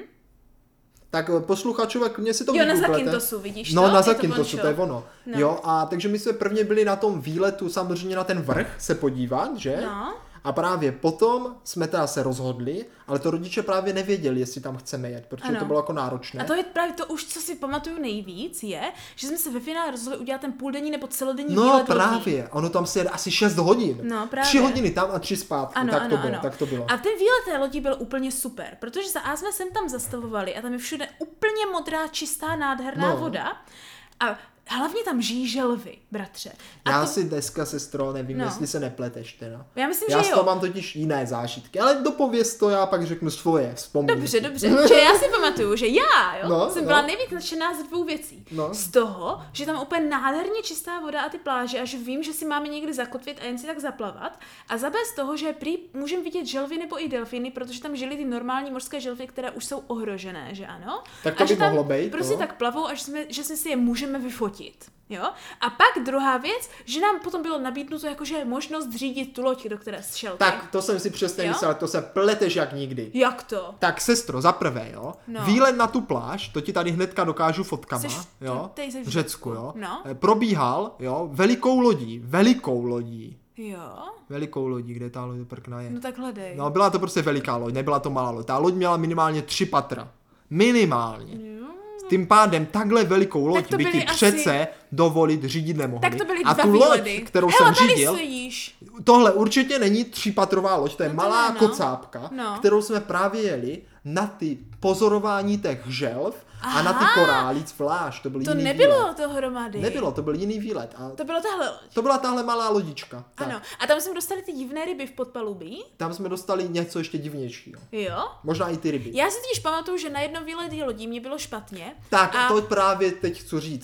S1: Tak eh, posluchačové, klidně si to
S2: Jo, na
S1: vygooglete.
S2: Zakintosu, vidíš
S1: No,
S2: to?
S1: na
S2: Je to
S1: Zakintosu, to,
S2: vončo.
S1: je ono. No.
S2: No.
S1: Jo, a takže my jsme prvně byli na tom výletu, samozřejmě na ten vrch se podívat, že?
S2: No.
S1: A právě potom jsme teda se rozhodli, ale to rodiče právě nevěděli, jestli tam chceme jet, protože
S2: Ano.
S1: to bylo jako náročné.
S2: A to je právě to už, co si pamatuju nejvíc, je, že jsme se ve finále rozhodli udělat ten půldenní nebo celodenní
S1: No
S2: výlet lodí.
S1: právě, ono tam se jede asi 6 hodin.
S2: No, právě.
S1: 3 hodiny tam a 3 zpátky,
S2: Ano,
S1: tak,
S2: ano,
S1: to bylo,
S2: ano.
S1: tak to bylo.
S2: A ten výlet té lodi byl úplně super, protože za A jsme sem tam zastavovali a tam je všude úplně modrá, čistá, nádherná
S1: No.
S2: voda. A hlavně tam žijí želvy, bratře. A
S1: Já
S2: to,
S1: si dneska, sestro, nevím,
S2: No.
S1: jestli se nepleteš teda.
S2: já myslím,
S1: Já
S2: že
S1: z
S2: jo.
S1: toho mám totiž jiné zážitky, ale dopověz to, já pak řeknu svoje, vzpomínky.
S2: Dobře, dobře. Že já si pamatuju, že já jo,
S1: No,
S2: no, jsem
S1: no.
S2: byla nejvíc nadšená z dvou věcí.
S1: No.
S2: Z toho, že tam úplně nádherně čistá voda a ty pláže a že vím, že si máme někdy zakotvit a jen si tak zaplavat. A za B z toho, že prý můžeme vidět želvy nebo i delfiny, protože tam žili ty normální mořské želvy, které už jsou ohrožené, že ano?
S1: Tak to
S2: a
S1: by
S2: že tam
S1: mohlo být,
S2: Prostě
S1: no.
S2: tak plavou a že, jsme, že jsme si je můžeme vyfotit. Jo? A pak druhá věc, že nám potom bylo nabídnuto jakože možnost řídit tu loď, do které šel.
S1: Tak, to jsem si přesně
S2: Jo?
S1: myslel, to se pleteš jak nikdy.
S2: Jak to?
S1: Tak sestro, za prvé, jo, no.
S2: No.
S1: výlet na tu pláž, to ti tady hnedka dokážu fotkama,
S2: Jseš-
S1: jo,
S2: ty- ty jsi
S1: v Řecku, jo,
S2: No.
S1: Eh, probíhal, jo, velikou lodí, velikou lodí,
S2: Jo?
S1: velikou lodí, kde ta loď prkna je.
S2: No tak hledej.
S1: No, byla to prostě veliká loď, nebyla to malá loď. Ta loď měla minimálně tři patra. Minimálně. Tím pádem takhle velikou loď
S2: to
S1: by ti
S2: byly asi-
S1: přece dovolit řídit nemohli.
S2: Tak to byly
S1: A
S2: dva
S1: tu
S2: výledy.
S1: loď, kterou
S2: Hele,
S1: jsem
S2: tady
S1: řídil,
S2: sedíš.
S1: tohle určitě není třípatrová loď, to je
S2: No to
S1: malá
S2: ne, no.
S1: kocápka,
S2: No.
S1: kterou jsme právě jeli na ty pozorování těch želv a na ty
S2: Aha.
S1: korálí zvlášť. To byl
S2: To
S1: jiný
S2: nebylo
S1: výlet.
S2: dohromady.
S1: Nebylo, to byl jiný výlet. A
S2: To bylo tahle loď.
S1: to byla tahle malá lodička. Tak.
S2: Ano. A tam jsme dostali ty divné ryby v podpalubí.
S1: Tam jsme dostali něco ještě divnějšího.
S2: Jo.
S1: Možná i ty ryby.
S2: Já si totiž pamatuju, že na jednom výletě lodí mě bylo špatně.
S1: Tak
S2: a...
S1: to právě teď chci říct.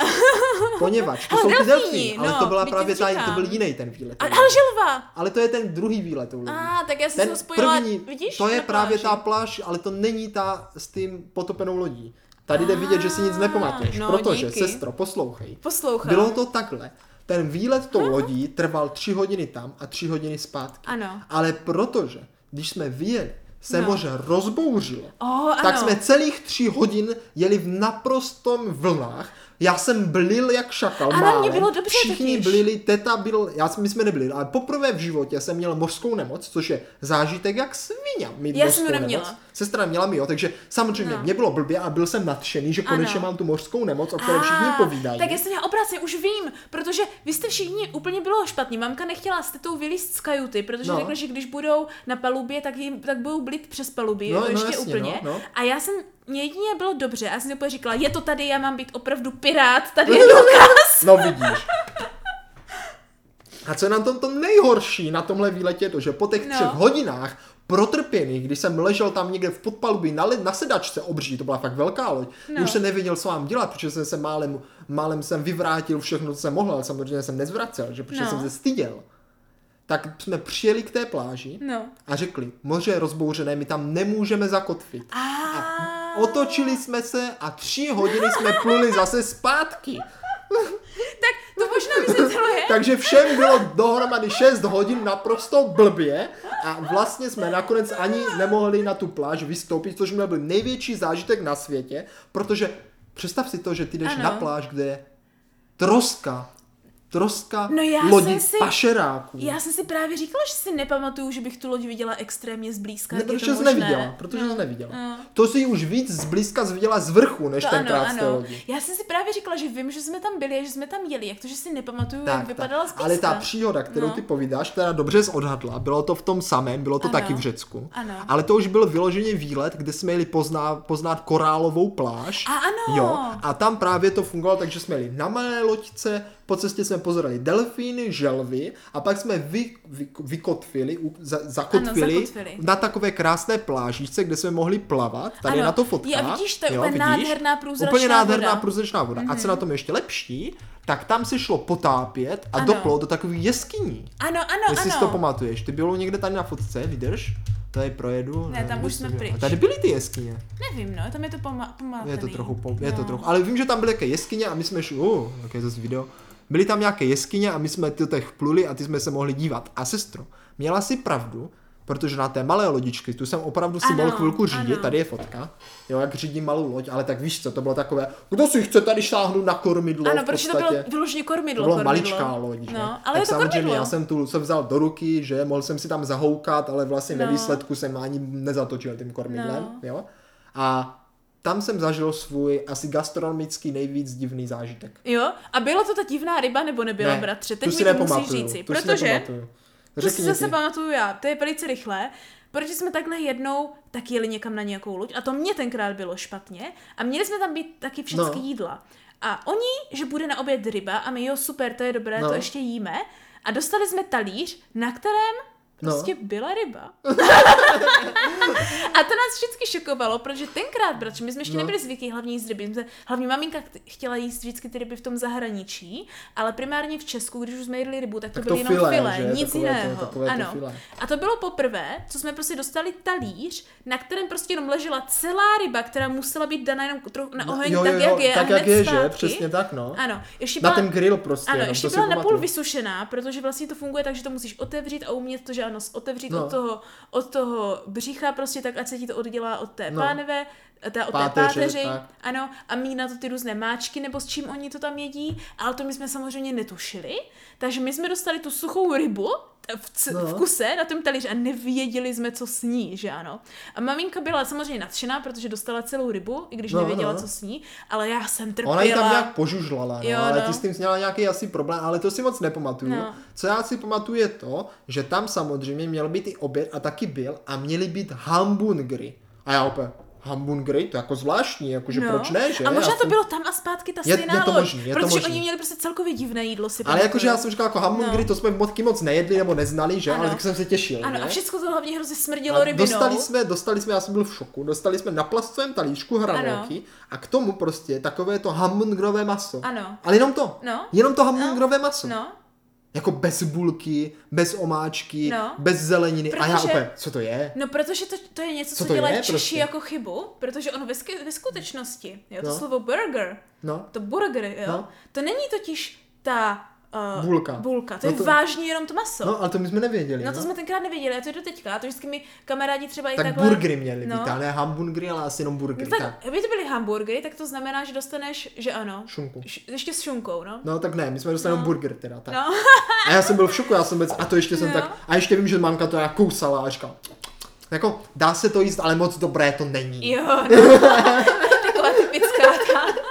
S1: Poněvadž to
S2: Ale
S1: jsou ty
S2: delfíni,
S1: delfíny, ale
S2: no,
S1: to byla
S2: vždyť
S1: právě
S2: ti
S1: ta, to
S2: říkám.
S1: byl jiný ten výlet.
S2: A, ale želva!
S1: ale to je ten druhý výlet. tou lodí.
S2: A, tak já jsem
S1: ten
S2: se ho spojila,
S1: první,
S2: vidíš?
S1: to je
S2: na
S1: právě
S2: pláži.
S1: ta pláž, ale to není ta s tím potopenou lodí. Tady jde vidět, že si nic nepamatuješ,
S2: no,
S1: protože,
S2: díky.
S1: sestro, poslouchej.
S2: Poslouchám.
S1: Bylo to takhle. Ten výlet tou lodí trval tři hodiny tam a tři hodiny zpátky.
S2: Ano.
S1: Ale protože, když jsme vyjeli se
S2: No.
S1: moře rozbouřilo,
S2: Oh, ano.
S1: tak jsme celých tři hodin jeli v naprostom vlnách. Já jsem blil jak šakal
S2: Ano,
S1: málem.
S2: mně bylo dobře
S1: Všichni
S2: totiž.
S1: blili, teta byl, já, my jsme nebyli, ale poprvé v životě jsem měl mořskou nemoc, což je zážitek jak svině. mít
S2: Já jsem
S1: mořskou
S2: ji neměla.
S1: Nemoc. Sestra měla mi jo, takže samozřejmě
S2: No.
S1: no. mě bylo blbě a byl jsem nadšený, že
S2: Ano.
S1: konečně mám tu mořskou nemoc, o které všichni
S2: Ah,
S1: povídají.
S2: Tak jestli já obráceně už vím, protože vy jste všichni úplně bylo špatný. Mamka nechtěla s tetou vylíst z kajuty, protože no.
S1: No.
S2: řekla, že když budou na palubě, tak, jim, tak budou blit přes paluby,
S1: No,
S2: no,
S1: no,
S2: ještě
S1: jasně,
S2: úplně.
S1: no, no.
S2: A já jsem, mě jedině bylo dobře, já jsem úplně říkala, je to tady, já mám být opravdu pirát, tady je důkaz.
S1: No vidíš. A co je na tom to nejhorší na tomhle výletě, je to, že po těch
S2: No.
S1: no. třech hodinách protrpěný, když jsem ležel tam někde v podpalubí na, le- na sedačce obří, to byla fakt velká loď,
S2: No.
S1: no. už jsem nevěděl, co mám dělat, protože jsem se málem, málem jsem vyvrátil všechno, co jsem mohl, ale samozřejmě jsem nezvracel, že protože
S2: No.
S1: no. jsem se styděl. Tak jsme přijeli k té pláži
S2: No.
S1: a řekli, moře je rozbouřené, my tam nemůžeme zakotvit.
S2: A...
S1: Otočili jsme se a tři hodiny jsme pluli zase zpátky.
S2: Tak to možná vysvětluje.
S1: Takže všem bylo dohromady 6 hodin naprosto blbě a vlastně jsme nakonec ani nemohli na tu pláž vystoupit, což měl byl největší zážitek na světě, protože představ si to, že ty jdeš
S2: Ano.
S1: ano. na pláž, kde je troska, troska
S2: No já jsem
S1: lodi
S2: si-
S1: pašeráků.
S2: Já jsem si právě říkala, že si nepamatuju, že bych tu loď viděla extrémně zblízka.
S1: Ne,
S2: jak je
S1: protože
S2: to
S1: jsi
S2: možné.
S1: neviděla, protože jsi neviděla.
S2: no.
S1: To jsi už víc zblízka viděla z vrchu, než
S2: To
S1: tenkrát
S2: ano,
S1: z té
S2: ano.
S1: lodi.
S2: Já jsem si právě říkala, že vím, že jsme tam byli a že jsme tam jeli, jak to, že si nepamatuju, jak vypadala zblízka.
S1: Ale ta příhoda, kterou
S2: No.
S1: no. ty povídáš, která dobře zodhadla, bylo to v tom samém, bylo to
S2: Ano.
S1: taky v Řecku.
S2: Ano.
S1: Ale to už byl vyloženě výlet, kde jsme jeli pozná, poznat korálovou pláž.
S2: A ano.
S1: Jo, a tam právě to fungovalo, takže jsme jeli na malé loďce, po cestě jsme pozorali delfíny, želvy a pak jsme vy, vy, vykotvili, u, za, zakotvili,
S2: zakotvili.
S1: na takové krásné plážíčce, kde jsme mohli plavat. Tady
S2: Ano.
S1: je na to fotka.
S2: Jo, vidíš, to je úplně nádherná průzračná
S1: Úplně nádherná
S2: voda.
S1: průzračná voda. A
S2: Mhm.
S1: co je na tom ještě lepší, tak tam se šlo potápět a
S2: Ano.
S1: doplo do takových jeskyní.
S2: Ano, ano,
S1: Jestli
S2: ano.
S1: si to pamatuješ, ty bylo někde tady na fotce, vydrž, tady projedu.
S2: Ne, tam
S1: nevím,
S2: už
S1: jestli
S2: jsme
S1: to bylo.
S2: pryč.
S1: A tady byly ty jeskyně.
S2: Nevím, no, tam je to poma- pomátaný.
S1: Je to trochu, po, je
S2: No.
S1: to trochu, ale vím, že tam byly nějaké jeskyně a my jsme šli, uh, jaké zase video, byly tam nějaké jeskyně a my jsme do těch pluli a ty jsme se mohli dívat. A sestro, měla si pravdu, protože na té malé lodičky, tu jsem opravdu si
S2: Ano,
S1: mohl chvilku řídit,
S2: ano.
S1: tady je fotka, jo, jak řídím malou loď, ale tak víš co, to bylo takové, kdo si chce tady šáhnout na kormidlo
S2: Ano,
S1: v
S2: protože
S1: podstatě.
S2: to bylo vyloženě kormidlo.
S1: To byla
S2: kormidlo.
S1: maličká loď, že?
S2: No, ale
S1: tak
S2: je to
S1: samozřejmě
S2: kormidlo.
S1: já jsem tu se vzal do ruky, že mohl jsem si tam zahoukat, ale vlastně
S2: No.
S1: ve výsledku jsem ani nezatočil tím kormidlem,
S2: No.
S1: jo? A tam jsem zažil svůj asi gastronomický nejvíc divný zážitek.
S2: Jo, a byla to ta divná ryba, nebo nebyla,
S1: Ne,
S2: bratře? Teď
S1: tu si
S2: mi to musíš
S1: nepamatuju,
S2: říci.
S1: tu si
S2: protože,
S1: nepamatuju.
S2: to si
S1: Řekni
S2: zase
S1: ty.
S2: pamatuju já, to je velice rychlé, protože jsme takhle jednou tak jeli někam na nějakou loď a to mě tenkrát bylo špatně a měli jsme tam být taky všechny no.
S1: No.
S2: jídla. A oni, že bude na oběd ryba a my jo super, to je dobré, no.
S1: No.
S2: to ještě jíme a dostali jsme talíř, na kterém
S1: No.
S2: prostě byla ryba. A to nás vždycky šokovalo, protože tenkrát, bratře, my jsme ještě no.
S1: No.
S2: nebyli zvyklí hlavně jíst ryby. My jsme- Hlavně maminka cht- chtěla jíst vždycky ty ryby v tom zahraničí, ale primárně v Česku, když už jsme jedli rybu, tak,
S1: Tak
S2: to byly
S1: to
S2: jenom
S1: filé,
S2: filé,
S1: že?
S2: nic
S1: Takové to-
S2: jiného.
S1: takové to
S2: ano.
S1: filé.
S2: A to bylo poprvé, co jsme prostě dostali talíř, na kterém prostě jenom ležela celá ryba, která musela být daná jenom trochu na
S1: No,
S2: oheň,
S1: jo,
S2: tak
S1: jo,
S2: jak
S1: jo,
S2: je. a
S1: tak
S2: hned
S1: jak je, že?
S2: zpátky.
S1: Přesně tak, no.
S2: Ano, ještě
S1: Na
S2: byla,
S1: ten grill prostě.
S2: ano,
S1: jenom,
S2: ještě
S1: to si
S2: byla napůl
S1: pamatuju.
S2: vysušená, protože vlastně to funguje tak, že to musíš otevřít a umět to, že ano, s- otevřít
S1: No.
S2: od, toho, od toho břicha prostě tak, ať se ti to oddělá od té no.
S1: No.
S2: pánve, ta, od
S1: Páteře,
S2: té páteři,
S1: tak.
S2: ano, a mít na to ty různé máčky, nebo s čím oni to tam jedí, ale to my jsme samozřejmě netušili, takže my jsme dostali tu suchou rybu, t- v, c-
S1: No.
S2: v kuse na tom talíři a nevěděli jsme, co s ní, že ano. A maminka byla samozřejmě nadšená, protože dostala celou rybu, i když no,
S1: No,
S2: nevěděla,
S1: no.
S2: co s ní, ale já jsem trpěla.
S1: Ona ji tam nějak požužlala, no,
S2: Jo,
S1: jo, ale
S2: no.
S1: ty s tím jsi měla nějaký asi problém, ale to si moc nepamatuju.
S2: No.
S1: Co já si pamatuju je to, že tam samozřejmě měl být i oběd a taky byl a měly být hamburgery. A já opět, hamburgery, to je jako zvláštní, jakože proč ne, že?
S2: No. A možná
S1: Já
S2: to bylo tam a zpátky ta
S1: Je-
S2: stejná
S1: je to
S2: loď,
S1: možný, je to
S2: protože
S1: možný.
S2: oni měli prostě celkově divné jídlo si
S1: Ale
S2: pamatuju.
S1: jakože já jsem říkal, jako hamburgery,
S2: No.
S1: to jsme moc, moc nejedli nebo neznali, že?
S2: Ano.
S1: Ale tak jsem se těšil.
S2: Ano,
S1: ne?
S2: a všechno to hlavně hrozně smrdilo
S1: A
S2: rybinou.
S1: dostali jsme, dostali jsme, já jsem byl v šoku, dostali jsme na plastovém talíčku hranolky a k tomu prostě takové to hamburgerové maso.
S2: Ano.
S1: Ale jenom to.
S2: No.
S1: Jenom to hamburgerové maso.
S2: No,
S1: Jako bez bulky, bez omáčky,
S2: No.
S1: bez zeleniny. A já
S2: Protože-
S1: úplně, co to je?
S2: no protože to, to je něco, co,
S1: Co to
S2: dělají
S1: je
S2: Češi
S1: prostě?
S2: jako chybu, protože ono ve, sk- ve skutečnosti, jo, to
S1: No.
S2: slovo burger,
S1: No.
S2: to burger, jo,
S1: No.
S2: to není totiž ta uh,
S1: Bulka.
S2: bulka. To
S1: No
S2: je
S1: to-
S2: vážně jenom to maso.
S1: No, ale to my jsme nevěděli.
S2: No to
S1: no.
S2: jsme tenkrát nevěděli, a to je do teďka, a to vždycky mi kamarádi třeba i
S1: Tak
S2: takhle...
S1: burgery měli
S2: no.
S1: být, ale ne hamburgery, ale asi jenom burgery.
S2: No
S1: tak.
S2: tak, kdyby to byly hamburgery, tak to znamená, že dostaneš, že ano.
S1: Šunku.
S2: Š- ještě s šunkou, no.
S1: No tak ne, my jsme dostali jenom burger teda. Tak.
S2: No.
S1: A já jsem byl v šoku, já jsem vůbec, a to ještě jsem
S2: Jo.
S1: tak, a ještě vím, že mamka to já kousala a říkala, jako dá se to jíst, ale moc dobré to není.
S2: Jo, no. Taková typická ta.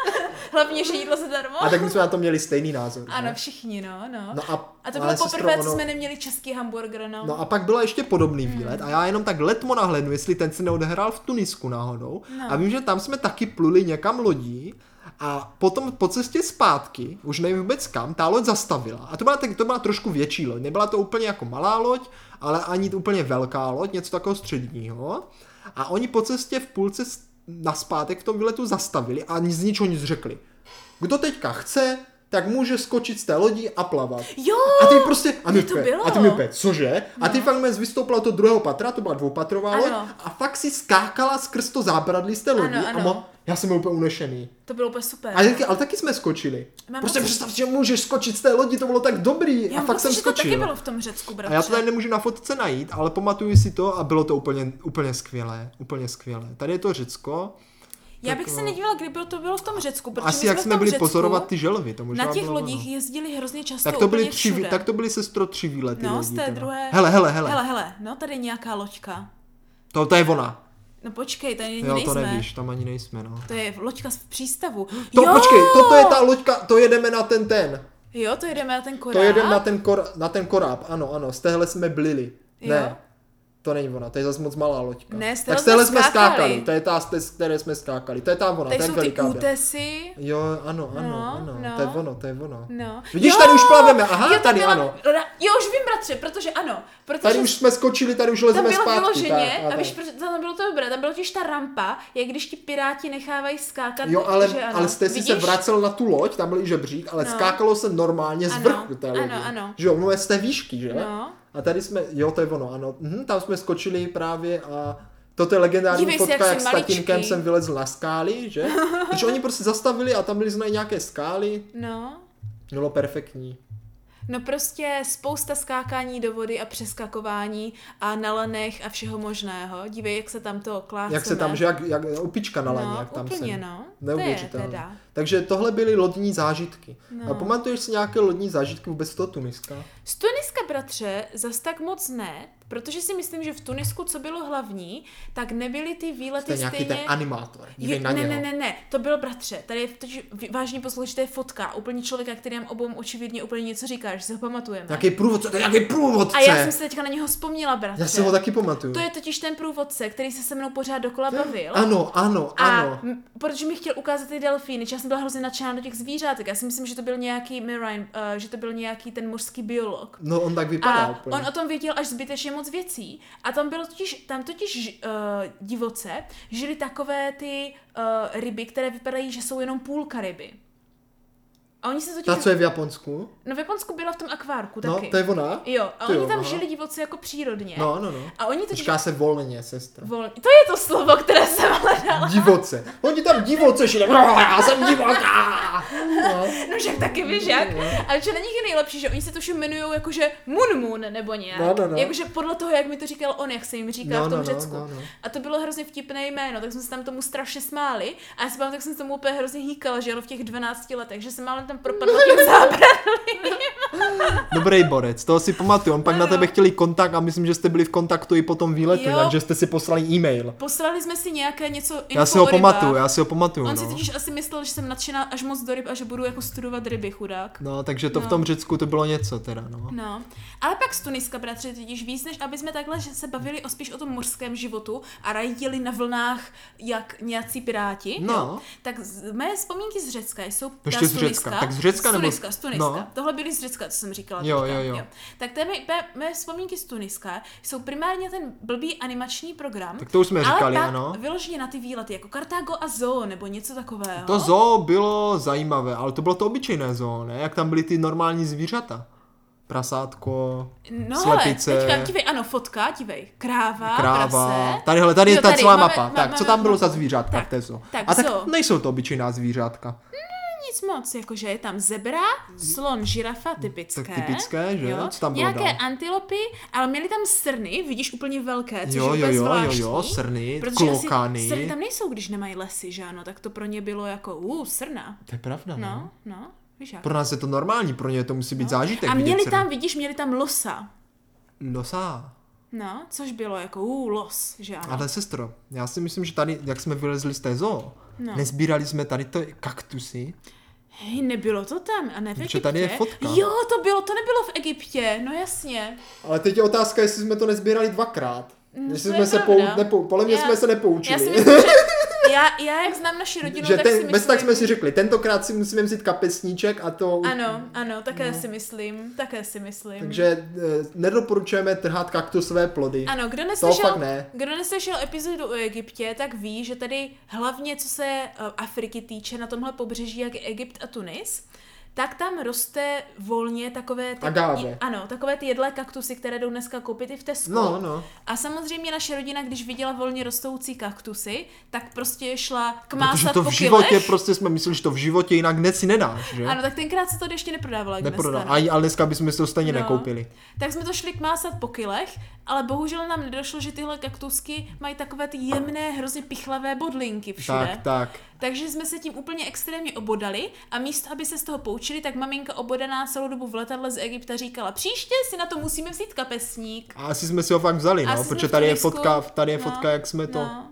S2: Hlavně, že jídlo zadarmo.
S1: A tak my jsme na to měli stejný názor.
S2: Ano,
S1: ne?
S2: všichni, no, no.
S1: No a,
S2: A to
S1: ale
S2: bylo
S1: sestro,
S2: poprvé, co
S1: ono-
S2: jsme neměli český hamburger, no. Hmm.
S1: No a pak byl ještě podobný výlet a já jenom tak letmo nahlédnu, jestli ten se neodehrál v Tunisku náhodou.
S2: No.
S1: A vím, že tam jsme taky pluli někam lodí a potom po cestě zpátky, už nevím vůbec kam, ta loď zastavila. A to byla, tak, to byla trošku větší loď, nebyla to úplně jako malá loď, ale ani to úplně velká loď, něco takového středního. A oni po cestě v půlce s- naspátek v tom výletu zastavili a z ničeho nic řekli. Kdo teďka chce, tak může skočit z té lodi a plavat.
S2: Jo,
S1: A ty prostě, a my
S2: to
S1: úplně-
S2: bylo. No.
S1: a ty mi úplně, cože? A ty fakt mě vystoupila do druhého patra, to byla dvoupatrová loď,
S2: Ano.
S1: a fakt si skákala skrz to zábradlí z té lodi
S2: Ano, ano.
S1: a mo- já jsem byl úplně unešený.
S2: to bylo úplně super.
S1: A taky, ale taky jsme skočili.
S2: Mám
S1: prostě
S2: pocit-
S1: představ, že můžeš skočit z té lodi, to bylo tak dobrý.
S2: Já
S1: a
S2: mám
S1: fakt
S2: pocit,
S1: jsem
S2: že to taky
S1: skočil.
S2: bylo v tom Řecku, bratře.
S1: a já to tady nemůžu na fotce najít, ale pamatuju si to a bylo to úplně, úplně skvělé. Úplně skvělé. Tady je to Řecko.
S2: Já bych se
S1: no.
S2: nedívala, kdyby to bylo v tom Řecku, protože
S1: Asi
S2: my
S1: jak
S2: jsme, v
S1: jsme
S2: tom
S1: byli
S2: Řecku,
S1: pozorovat ty želvy. To možná
S2: Na těch
S1: bylo ono.
S2: lodích jezdili hrozně často
S1: Tak to, byly
S2: úplně
S1: tři, vý-
S2: všude.
S1: tak to byly sestro tři výlety.
S2: No,
S1: lodí
S2: z té
S1: teda.
S2: druhé...
S1: Hele, hele, hele.
S2: Hele, hele, no tady je nějaká loďka.
S1: To, to je ona.
S2: No počkej, tady
S1: Jo,
S2: nejsme.
S1: to nevíš, tam ani nejsme, no.
S2: To je loďka z přístavu.
S1: To,
S2: jo!
S1: počkej, toto je ta loďka, to jedeme na ten ten.
S2: Jo, to jedeme na ten koráb.
S1: To jedeme na ten, kor, na ten koráb, ano, ano, z téhle jsme blili.
S2: Jo.
S1: Ne, to není ona, to je zase moc malá loďka.
S2: Ne, z
S1: tak
S2: téhle
S1: z téhle
S2: jsme
S1: jsme skákali.
S2: skákali.
S1: to je ta, z té, z které jsme skákali, to je ta ona,
S2: Tady
S1: to je
S2: jsou ty
S1: veliká. byla.
S2: útesy.
S1: Jo, ano, ano,
S2: No,
S1: ano,
S2: no.
S1: to je ono, to je ono.
S2: No.
S1: Vidíš, tady už plaveme, aha,
S2: jo, to
S1: tady
S2: byla-
S1: ano.
S2: ra- Jo, už vím, bratře, protože ano. Protože
S1: Tady už jsme skočili, tady už
S2: tam
S1: lezeme
S2: bylo
S1: zpátky.
S2: vyloženě,
S1: tak, a
S2: a víš,
S1: tak.
S2: proč- tam bylo to dobré, tam byla totiž ta rampa, jak když ti piráti nechávají skákat.
S1: Jo, ale,
S2: že ano.
S1: ale jste si
S2: Vidíš?
S1: se vracel na tu loď, tam byl i žebřík, ale
S2: No.
S1: skákalo se normálně z
S2: Ano,
S1: vrchu té
S2: ano,
S1: lodi.
S2: ano.
S1: Že jo, no je z té výšky, že?
S2: No.
S1: A tady jsme, jo, to je ono, ano. Mhm, tam jsme skočili právě a to je legendární
S2: Dívej se,
S1: fotka,
S2: jak
S1: jak
S2: jsi
S1: s tatínkem
S2: maličký.
S1: jsem vylezl na skály, že? Takže oni prostě zastavili a tam byly znají nějaké skály.
S2: No.
S1: Bylo perfektní.
S2: No prostě spousta skákání do vody a přeskakování a na lanech a všeho možného. Dívej, jak se tam to kláceme.
S1: Jak se tam, že jak, jak opička na laně,
S2: no,
S1: jak tam
S2: úplně,
S1: jsem.
S2: no. To je
S1: Neuvěřitelné.
S2: teda.
S1: Takže tohle byly lodní zážitky.
S2: No.
S1: A pamatuješ si nějaké lodní zážitky vůbec z toho Tuniska?
S2: Z Tuniska, bratře, zas tak moc ne, protože si myslím, že v Tunisku, co bylo hlavní, tak nebyly ty
S1: To
S2: výlety
S1: je nějaký
S2: stejně...
S1: ten animátor. Dívej
S2: Jo,
S1: na
S2: ne,
S1: něho.
S2: ne, ne, ne, to byl bratře. Tady je totiž vy- vážně poslouchej, to je fotka úplně člověka, který nám obou očividně úplně něco říká, že se ho pamatujeme.
S1: Nějaký průvodce, to je nějaký průvodce.
S2: A já jsem se teďka na něho vzpomněla, bratře.
S1: já si ho taky pamatuju.
S2: To je totiž ten průvodce, který se se mnou pořád dokola bavil.
S1: Ano, ano,
S2: A
S1: ano.
S2: m- protože mi chtěl ukázat ty delfíny, já jsem byla hrozně nadšená do těch zvířátek. Já si myslím, že to byl nějaký Mirine, uh, že to byl nějaký ten mořský biolog.
S1: No on tak vypadá
S2: A
S1: úplně.
S2: on o tom věděl až zbytečně moc věcí. A tam bylo totiž, tam totiž uh, divoce žili takové ty uh, ryby, které vypadají, že jsou jenom půlka ryby. A oni se totiž...
S1: Ta, co je v Japonsku?
S2: No v Japonsku byla v tom akvárku
S1: No,
S2: taky.
S1: to je ona?
S2: Jo, a
S1: Ty
S2: oni
S1: jo,
S2: tam
S1: aha.
S2: žili divoce jako přírodně.
S1: No, no, no.
S2: A oni totiž...
S1: Říká se volně, sestra.
S2: Vol... To je to slovo, které jsem hledala.
S1: Divoce. Oni tam divoce šli. "No, Já jsem divoká. No.
S2: No, že taky víš jak. Ale že na nich je nejlepší, že oni se tuším jmenují jakože Moon Moon nebo nějak.
S1: No, no, no.
S2: Jakože podle toho, jak mi to říkal on, jak se jim říká
S1: No,
S2: v tom
S1: no, no,
S2: Řecku.
S1: no, no.
S2: A to bylo hrozně vtipné jméno, tak jsme se tam tomu strašně smáli. A já si pamatuju, tak jsem tomu úplně hrozně hýkala, že jo, v těch 12 letech, že jsem málem tam propadla tím zábradlím.
S1: Dobrý borec, toho si pamatuju. On pak na
S2: Ano.
S1: tebe chtěli kontakt a myslím, že jste byli v kontaktu i po tom výletu,
S2: Jo.
S1: takže jste si poslali e-mail.
S2: Poslali jsme si nějaké něco info
S1: Já si ho
S2: o rybách.
S1: pamatuju, já si ho pamatuju.
S2: On
S1: no.
S2: si totiž asi myslel, že jsem nadšená až moc do ryb a že budu jako studovat ryby, chudák.
S1: No, takže to
S2: No.
S1: v tom Řecku to bylo něco teda, no.
S2: No, ale pak z Tuniska, bratře, totiž víc, než aby jsme takhle že se bavili o spíš o tom mořském životu a rajtili na vlnách jak nějací piráti,
S1: No.
S2: jo, tak z, mé vzpomínky z Řecka jsou
S1: Ještě
S2: teda
S1: z Řecka. Tak z Řecka
S2: z
S1: nebo-
S2: Tuniska, z Tuniska.
S1: no.
S2: Tohle byly z Řecka, co jsem říkala.
S1: Jo,
S2: teďka,
S1: jo, jo.
S2: Tak té mé, mé- mé vzpomínky z Tuniska jsou primárně ten blbý animační program.
S1: Tak to už jsme
S2: ale
S1: říkali,
S2: pak
S1: ano.
S2: vyloženě na ty výlety, jako Kartágo a Zoo, nebo něco takového.
S1: To zoo bylo zajímavé, ale to bylo to obyčejné zoo, ne? Jak tam byly ty normální zvířata. Prasátko,
S2: No
S1: slepice,
S2: ale, teďka, dívej, ano, fotka, dívej, kráva,
S1: kráva.
S2: prase.
S1: Tady, hele, tady je
S2: Jo,
S1: ta
S2: tady
S1: celá
S2: máme-
S1: mapa.
S2: má-
S1: tak,
S2: máme
S1: co tam bylo za
S2: mapu.
S1: zvířátka
S2: Tak,
S1: v té zoo?
S2: tak
S1: A tak
S2: zoo.
S1: nejsou to obyčejná zvířátka.
S2: nic moc, jakože je tam zebra, slon, žirafa, typické.
S1: Mhm. Tak typické, že?
S2: Jo?
S1: Co tam bylo
S2: Nějaké
S1: dál?
S2: antilopy, ale měly tam srny, vidíš úplně velké, což
S1: Jo,
S2: je
S1: jo,
S2: úplně
S1: jo, jo, jo,
S2: zvláštní,
S1: srny,
S2: protože asi
S1: klokány.
S2: Srny tam nejsou, když nemají lesy, že ano, tak to pro ně bylo jako, uh, srna.
S1: To je pravda,
S2: No, no, víš jak.
S1: Mhm. Pro nás je to normální, pro ně to musí být zážitek.
S2: A
S1: vidět
S2: měli
S1: srnu.
S2: tam, vidíš, měli tam losa.
S1: Losa.
S2: No, což bylo jako, uh, los, že ano.
S1: Ale sestro, já si myslím, že tady, jak jsme vylezli z té zoo,
S2: No.
S1: nezbírali jsme tady to kaktusy.
S2: Hej, nebylo to tam, a ne v
S1: Protože
S2: Egyptě.
S1: tady je fotka.
S2: Jo, to bylo, to nebylo v Egyptě, no jasně.
S1: Ale teď je otázka, jestli jsme to nezbírali dvakrát.
S2: No,
S1: jestli
S2: to je
S1: jsme se
S2: pravda.
S1: pou, nepou, podle mě
S2: Já-
S1: jsme se nepoučili.
S2: Já si myslím, že... Já, já jak znám naši rodinu,
S1: že
S2: tak si
S1: ten,
S2: myslím...
S1: bez tak jsme si řekli, tentokrát si musíme vzít kapesníček a to...
S2: Ano, ano, také si myslím, také si myslím.
S1: No. Takže eh, nedoporučujeme trhat kaktusové plody.
S2: Ano, kdo
S1: fakt
S2: neslyšel,
S1: ne.
S2: kdo neslyšel epizodu o Egyptě, tak ví, že tady hlavně co se eh, Afriky týče na tomhle pobřeží, jak je Egypt a Tunis, tak tam roste volně takové ty,
S1: Agáve.
S2: ano, takové ty jedlé kaktusy, které jdou dneska koupit i v Tesku.
S1: No, no.
S2: A samozřejmě naše rodina, když viděla volně rostoucí kaktusy, tak prostě šla k
S1: Protože
S2: másat
S1: to
S2: po
S1: v životě,
S2: kilech.
S1: prostě jsme mysleli, že to v životě jinak hned si nedáš, že?
S2: Ano, tak tenkrát se to ještě neprodávalo, jak
S1: Neprodá.
S2: dneska, no.
S1: Ani, ale dneska bychom si to stejně
S2: No.
S1: nekoupili.
S2: Tak jsme to šli k másat po kilech, ale bohužel nám nedošlo, že tyhle kaktusky mají takové ty jemné, hrozně pichlavé bodlinky všude.
S1: Tak, tak.
S2: Takže jsme se tím úplně extrémně obodali a místo, aby se z toho poučili, tak maminka obodaná celou dobu v letadle z Egypta říkala, příště si na to musíme vzít kapesník.
S1: A asi jsme si ho fakt vzali,
S2: Asi
S1: no,
S2: jsme
S1: protože
S2: v
S1: tady je
S2: Tunisku-
S1: fotka, tady je
S2: no,
S1: fotka, jak jsme to...
S2: No.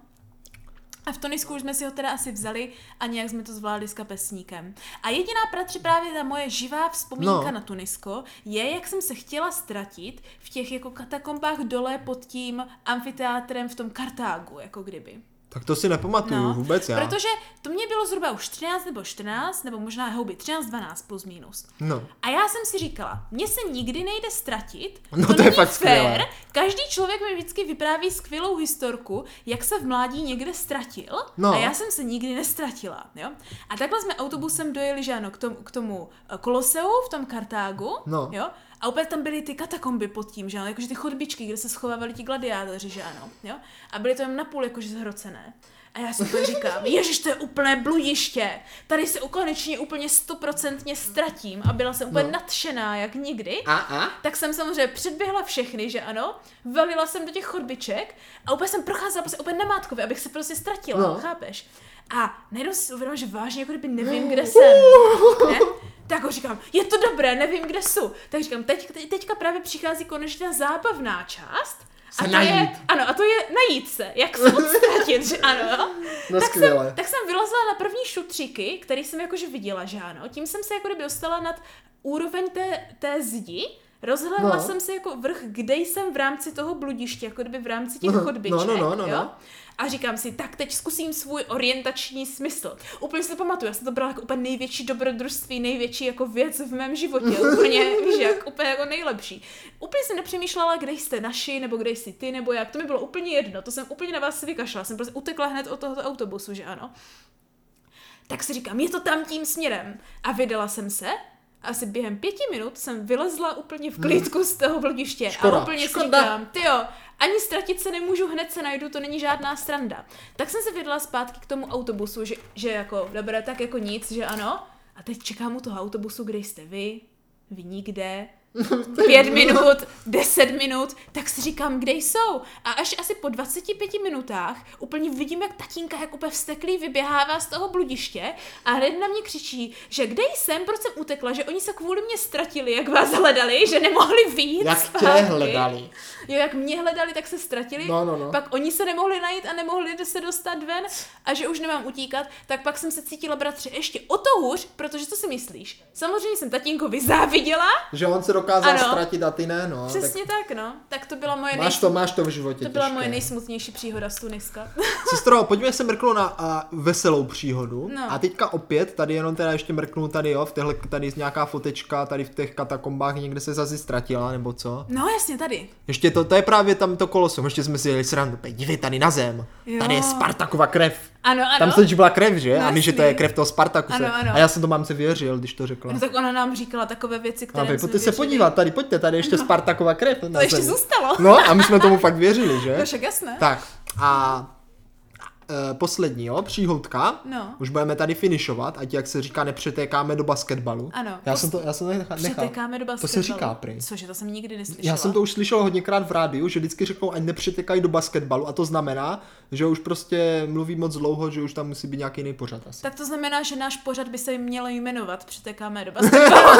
S2: A v Tunisku už jsme si ho teda asi vzali a nějak jsme to zvládli s kapesníkem. A jediná pratře právě ta moje živá vzpomínka
S1: No.
S2: no. na Tunisko je, jak jsem se chtěla ztratit v těch jako katakombách dole pod tím amfiteátrem v tom Kartágu, jako kdyby.
S1: Tak to si nepamatuju
S2: No,
S1: vůbec já.
S2: Protože to mě bylo zhruba už 13 nebo 14, nebo možná houby 13, 12 plus minus.
S1: No.
S2: A já jsem si říkala, mně se nikdy nejde ztratit,
S1: No to je
S2: není
S1: fakt
S2: fér.
S1: skvělé.
S2: Každý člověk mi vždycky vypráví skvělou historku, jak se v mládí někde ztratil
S1: No.
S2: a já jsem se nikdy nestratila. Jo? A takhle jsme autobusem dojeli že ano, k, tomu, k tomu eh, Koloseu v tom Kartágu
S1: No.
S2: jo? a opět tam byly ty katakomby pod tím, že ano, jakože ty chodbičky, kde se schovávali ti gladiátoři, že ano. Jo? A byly to jen napůl jakože zhrocené. A já si úplně říkám, ježiš, to je úplné bludiště. Tady se konečně úplně stoprocentně ztratím a byla jsem úplně
S1: No.
S2: no. nadšená jak nikdy.
S1: A, a?
S2: Tak jsem samozřejmě předběhla všechny, že ano, valila jsem do těch chodbiček a úplně jsem procházela prostě úplně namátkově, abych se prostě ztratila,
S1: No.
S2: no. chápeš? A najednou si uvědomila, že vážně jako kdyby nevím, kde jsem. Ne? Tak ho říkám, je to dobré, nevím, kde jsou. Tak říkám, teď, teď, teďka právě přichází konečně ta zábavná část.
S1: Se
S2: a to
S1: najít.
S2: je, ano, a to je najít se, jak se odstratit, že ano.
S1: No
S2: tak,
S1: skvěle.
S2: jsem, tak jsem vylezla na první šutříky, který jsem jakože viděla, že ano. Tím jsem se jako kdyby dostala nad úroveň té, té zdi, rozhledla
S1: No.
S2: jsem si jako vrch, kde jsem v rámci toho bludiště, jako kdyby v rámci těch
S1: No,
S2: chodbiček,
S1: no, no, no,
S2: jo?
S1: no.
S2: A říkám si, tak teď zkusím svůj orientační smysl. Úplně si to pamatuju, já jsem to brala jako úplně největší dobrodružství, největší jako věc v mém životě. Úplně, víš jak, úplně jako nejlepší. Úplně jsem nepřemýšlela, kde jste naši, nebo kde jsi ty, nebo jak. To mi bylo úplně jedno, to jsem úplně na vás vykašla. Jsem prostě utekla hned od tohoto autobusu, že ano. Tak si říkám, je to tam tím směrem. A vydala jsem se. Asi během pěti minut jsem vylezla úplně v klidku z toho vlodiště.
S1: Škoda,
S2: a úplně
S1: škoda.
S2: si říkám, ty jo, ani ztratit se nemůžu, hned se najdu, to není žádná sranda. Tak jsem se vydala zpátky k tomu autobusu, že, že jako, dobré, tak jako nic, že ano. A teď čekám u toho autobusu, kde jste vy, vy nikde, pět minut, deset minut, tak si říkám, kde jsou. A až asi po 25 minutách úplně vidím, jak tatínka jak úplně vsteklý vyběhává z toho bludiště a hned na mě křičí, že kde jsem, proč jsem utekla, že oni se kvůli mě ztratili, jak vás hledali, že nemohli vyjít
S1: Jak tě
S2: zpátky.
S1: hledali?
S2: Jo, jak mě hledali, tak se ztratili.
S1: No, no, no.
S2: Pak oni se nemohli najít a nemohli se dostat ven a že už nemám utíkat, tak pak jsem se cítila, bratře, ještě o to hůř, protože co si myslíš? Samozřejmě jsem tatínkovi záviděla.
S1: Že on se dokázal
S2: Ano.
S1: ztratit a ty ne, no.
S2: Přesně tak, no. Tak to byla moje
S1: Tak máš
S2: nej...
S1: to, máš to v životě
S2: to byla
S1: těžké.
S2: moje nejsmutnější příhoda z Tuniska.
S1: Sestro, pojďme se mrknout na a, veselou příhodu.
S2: No.
S1: A teďka opět, tady jenom teda ještě mrknu tady, jo, v téhle, tady nějaká fotečka, tady v těch katakombách někde se zase ztratila, nebo co?
S2: No jasně, tady.
S1: Ještě to, to je právě tam to kolosum, ještě jsme si jeli srandu, "Pej, dívej tady na zem,
S2: Jo.
S1: tady je Spartakova krev.
S2: Ano, ano.
S1: Tam se byla krev, že?
S2: No
S1: a my, že
S2: jasný.
S1: to je krev toho Spartakuse.
S2: Ano, ano.
S1: A já jsem to mamce věřil, když to řekla.
S2: No tak ona nám říkala takové věci,
S1: A
S2: které
S1: vy
S2: jsme
S1: pojďte se
S2: věřili.
S1: podívat, tady pojďte, tady ještě no. Spartakova krev.
S2: To ještě zůstalo.
S1: No a my jsme tomu fakt věřili, že?
S2: No však jasné.
S1: Tak a eh, poslední, jo, příhoutka.
S2: No.
S1: Už budeme tady finišovat, ať jak se říká, nepřetékáme do basketbalu.
S2: Ano.
S1: Já
S2: Pos-
S1: jsem to, já jsem to nechal.
S2: Přetekáme do
S1: To
S2: basketbalu.
S1: se říká prý.
S2: Cože, to jsem nikdy neslyšela.
S1: Já jsem to už slyšel hodněkrát v rádiu, že vždycky řeknou, ať nepřetekají do basketbalu a to znamená, že už prostě mluví moc dlouho, že už tam musí být nějaký jiný pořad asi.
S2: Tak to znamená, že náš pořad by se měl jmenovat Přetekáme do basketbalu.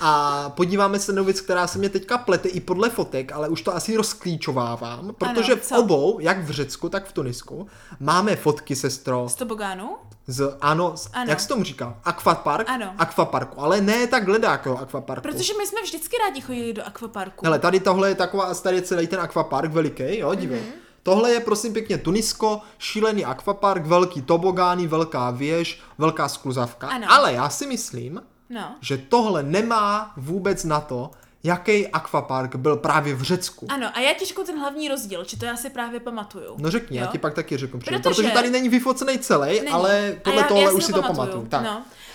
S1: A podíváme se na věc, která se mě teďka plete i podle fotek, ale už to asi rozklíčovávám, protože v
S2: co?
S1: obou, jak v Řecku, tak v Tunisku, máme fotky, sestro,
S2: Z Tobogánu?
S1: z, ano, z,
S2: Ano.
S1: jak se tomu říká, aquapark,
S2: Ano.
S1: aquaparku, ale ne tak ledákého aquaparku.
S2: Protože my jsme vždycky rádi chodili do akvaparku.
S1: Hele, tady tohle je taková, tady je celý ten akvapark veliký, jo, dívej.
S2: Mhm.
S1: Mm-hmm. Tohle je prosím pěkně Tunisko, šílený akvapark, velký tobogány, velká věž, velká skluzavka.
S2: Ano.
S1: Ale já si myslím,
S2: No.
S1: že tohle nemá vůbec na to, jaký akvapark byl právě v Řecku.
S2: Ano, a já ti řeknu ten hlavní rozdíl, či to já si právě pamatuju.
S1: No řekni, já
S2: Jo.
S1: ti pak taky řeknu, protože,
S2: Protože-
S1: protože tady není vyfocený celý,
S2: Není.
S1: ale
S2: A
S1: podle tohle
S2: si
S1: už si to pamatuju. Tak.
S2: No.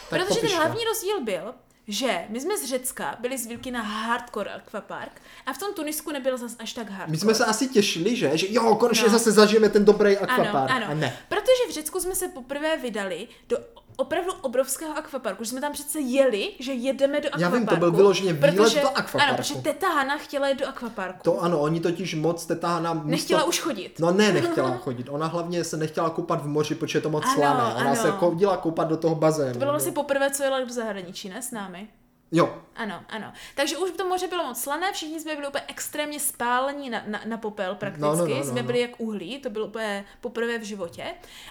S1: tak
S2: Protože
S1: popiš
S2: ten
S1: to.
S2: hlavní rozdíl byl, že my jsme z Řecka byli zvyklí na hardcore aquapark a v tom Tunisku nebyl zas až tak hardcore.
S1: My jsme se asi těšili, že, že jo, konečně
S2: No.
S1: zase zažijeme ten dobrý
S2: ano,
S1: akvapark.
S2: ano.
S1: A ne.
S2: Protože v Řecku jsme se poprvé vydali do opravdu obrovského akvaparku, že jsme tam přece jeli, že jedeme do
S1: Já
S2: akvaparku.
S1: vím, to byl vyloženě výlet
S2: protože,
S1: do akvaparku.
S2: Ano, protože teta Hana chtěla jít do akvaparku.
S1: To ano, oni totiž moc tetá nám...
S2: Nechtěla už chodit.
S1: No ne, nechtěla chodit. Ona hlavně se nechtěla koupat v moři, protože je to moc
S2: Ano,
S1: slané. Ona
S2: ano.
S1: se chodila koupat do toho bazénu.
S2: To bylo asi poprvé, co jela do zahraničí, ne s námi.
S1: Jo,
S2: Ano, ano. Takže už to moře bylo moc slané, všichni jsme byli úplně extrémně spálení na, na, na popel prakticky,
S1: No, no, no, no,
S2: jsme
S1: no.
S2: byli jak uhlí, to bylo úplně poprvé v životě.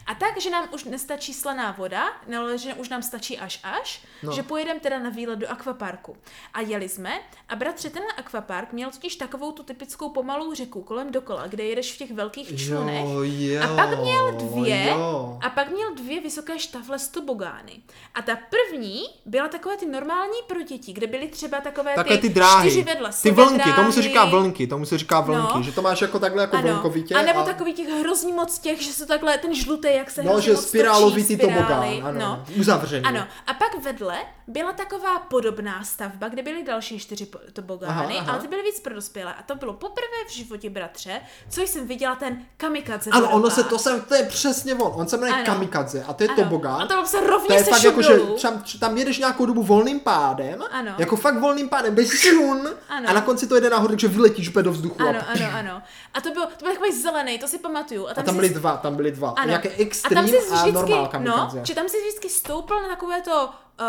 S2: A tak, že nám už nestačí slaná voda, ne, ale že už nám stačí až až,
S1: No.
S2: no. že pojedeme teda na výlet do akvaparku. A jeli jsme a bratře, ten akvapark měl totiž takovou tu typickou pomalou řeku kolem dokola, kde jedeš v těch velkých člunech.
S1: jo, jo.
S2: A pak měl dvě,
S1: Jo.
S2: a pak měl dvě vysoké štafle z tobogány. A ta první byla takové ty normální pro děti, kde byly třeba takové
S1: Takhle
S2: ty,
S1: ty dráhy,
S2: čtyři vedle
S1: ty
S2: sebe
S1: vlnky,
S2: dráhy.
S1: tomu se říká vlnky, tomu se říká vlnky,
S2: No.
S1: že to máš jako takhle jako
S2: Ano.
S1: vlnkovitě.
S2: a nebo takový těch hrozný moc těch, že jsou takhle ten žlutý, jak se
S1: No,
S2: hrozně
S1: že
S2: moc točí,
S1: spirálový ty
S2: spirály,
S1: tobogán, ano,
S2: No.
S1: uzavřený.
S2: Ano, a pak vedle byla taková podobná stavba, kde byly další čtyři po- tobogány,
S1: Aha, aha.
S2: ale ty byly víc pro dospělé. A to bylo poprvé v životě, bratře, co jsem viděla ten kamikaze.
S1: Ano, ono se,
S2: vodopád.
S1: to, se, to je přesně on, on se jmenuje
S2: Ano.
S1: kamikadze a to je
S2: Ano.
S1: tobogán.
S2: A to se
S1: To
S2: rovně
S1: je
S2: se
S1: fakt jako, že
S2: dolů.
S1: tam, tam jedeš nějakou dobu volným pádem,
S2: Ano.
S1: jako fakt volným pádem, bez šun,
S2: Ano.
S1: a na konci to jede nahoru, takže vyletíš úplně do vzduchu. a
S2: Ano, ano, ano. A to bylo, to byl takový zelený, to si pamatuju. A
S1: A
S2: tam,
S1: tam
S2: si-
S1: byly dva, tam byly dva.
S2: ano.
S1: Nějaké
S2: a tam
S1: extrém
S2: si
S1: a,
S2: vždycky,
S1: normál
S2: no,
S1: kamikadze.
S2: že tam si vždycky stoupil na takové to uh,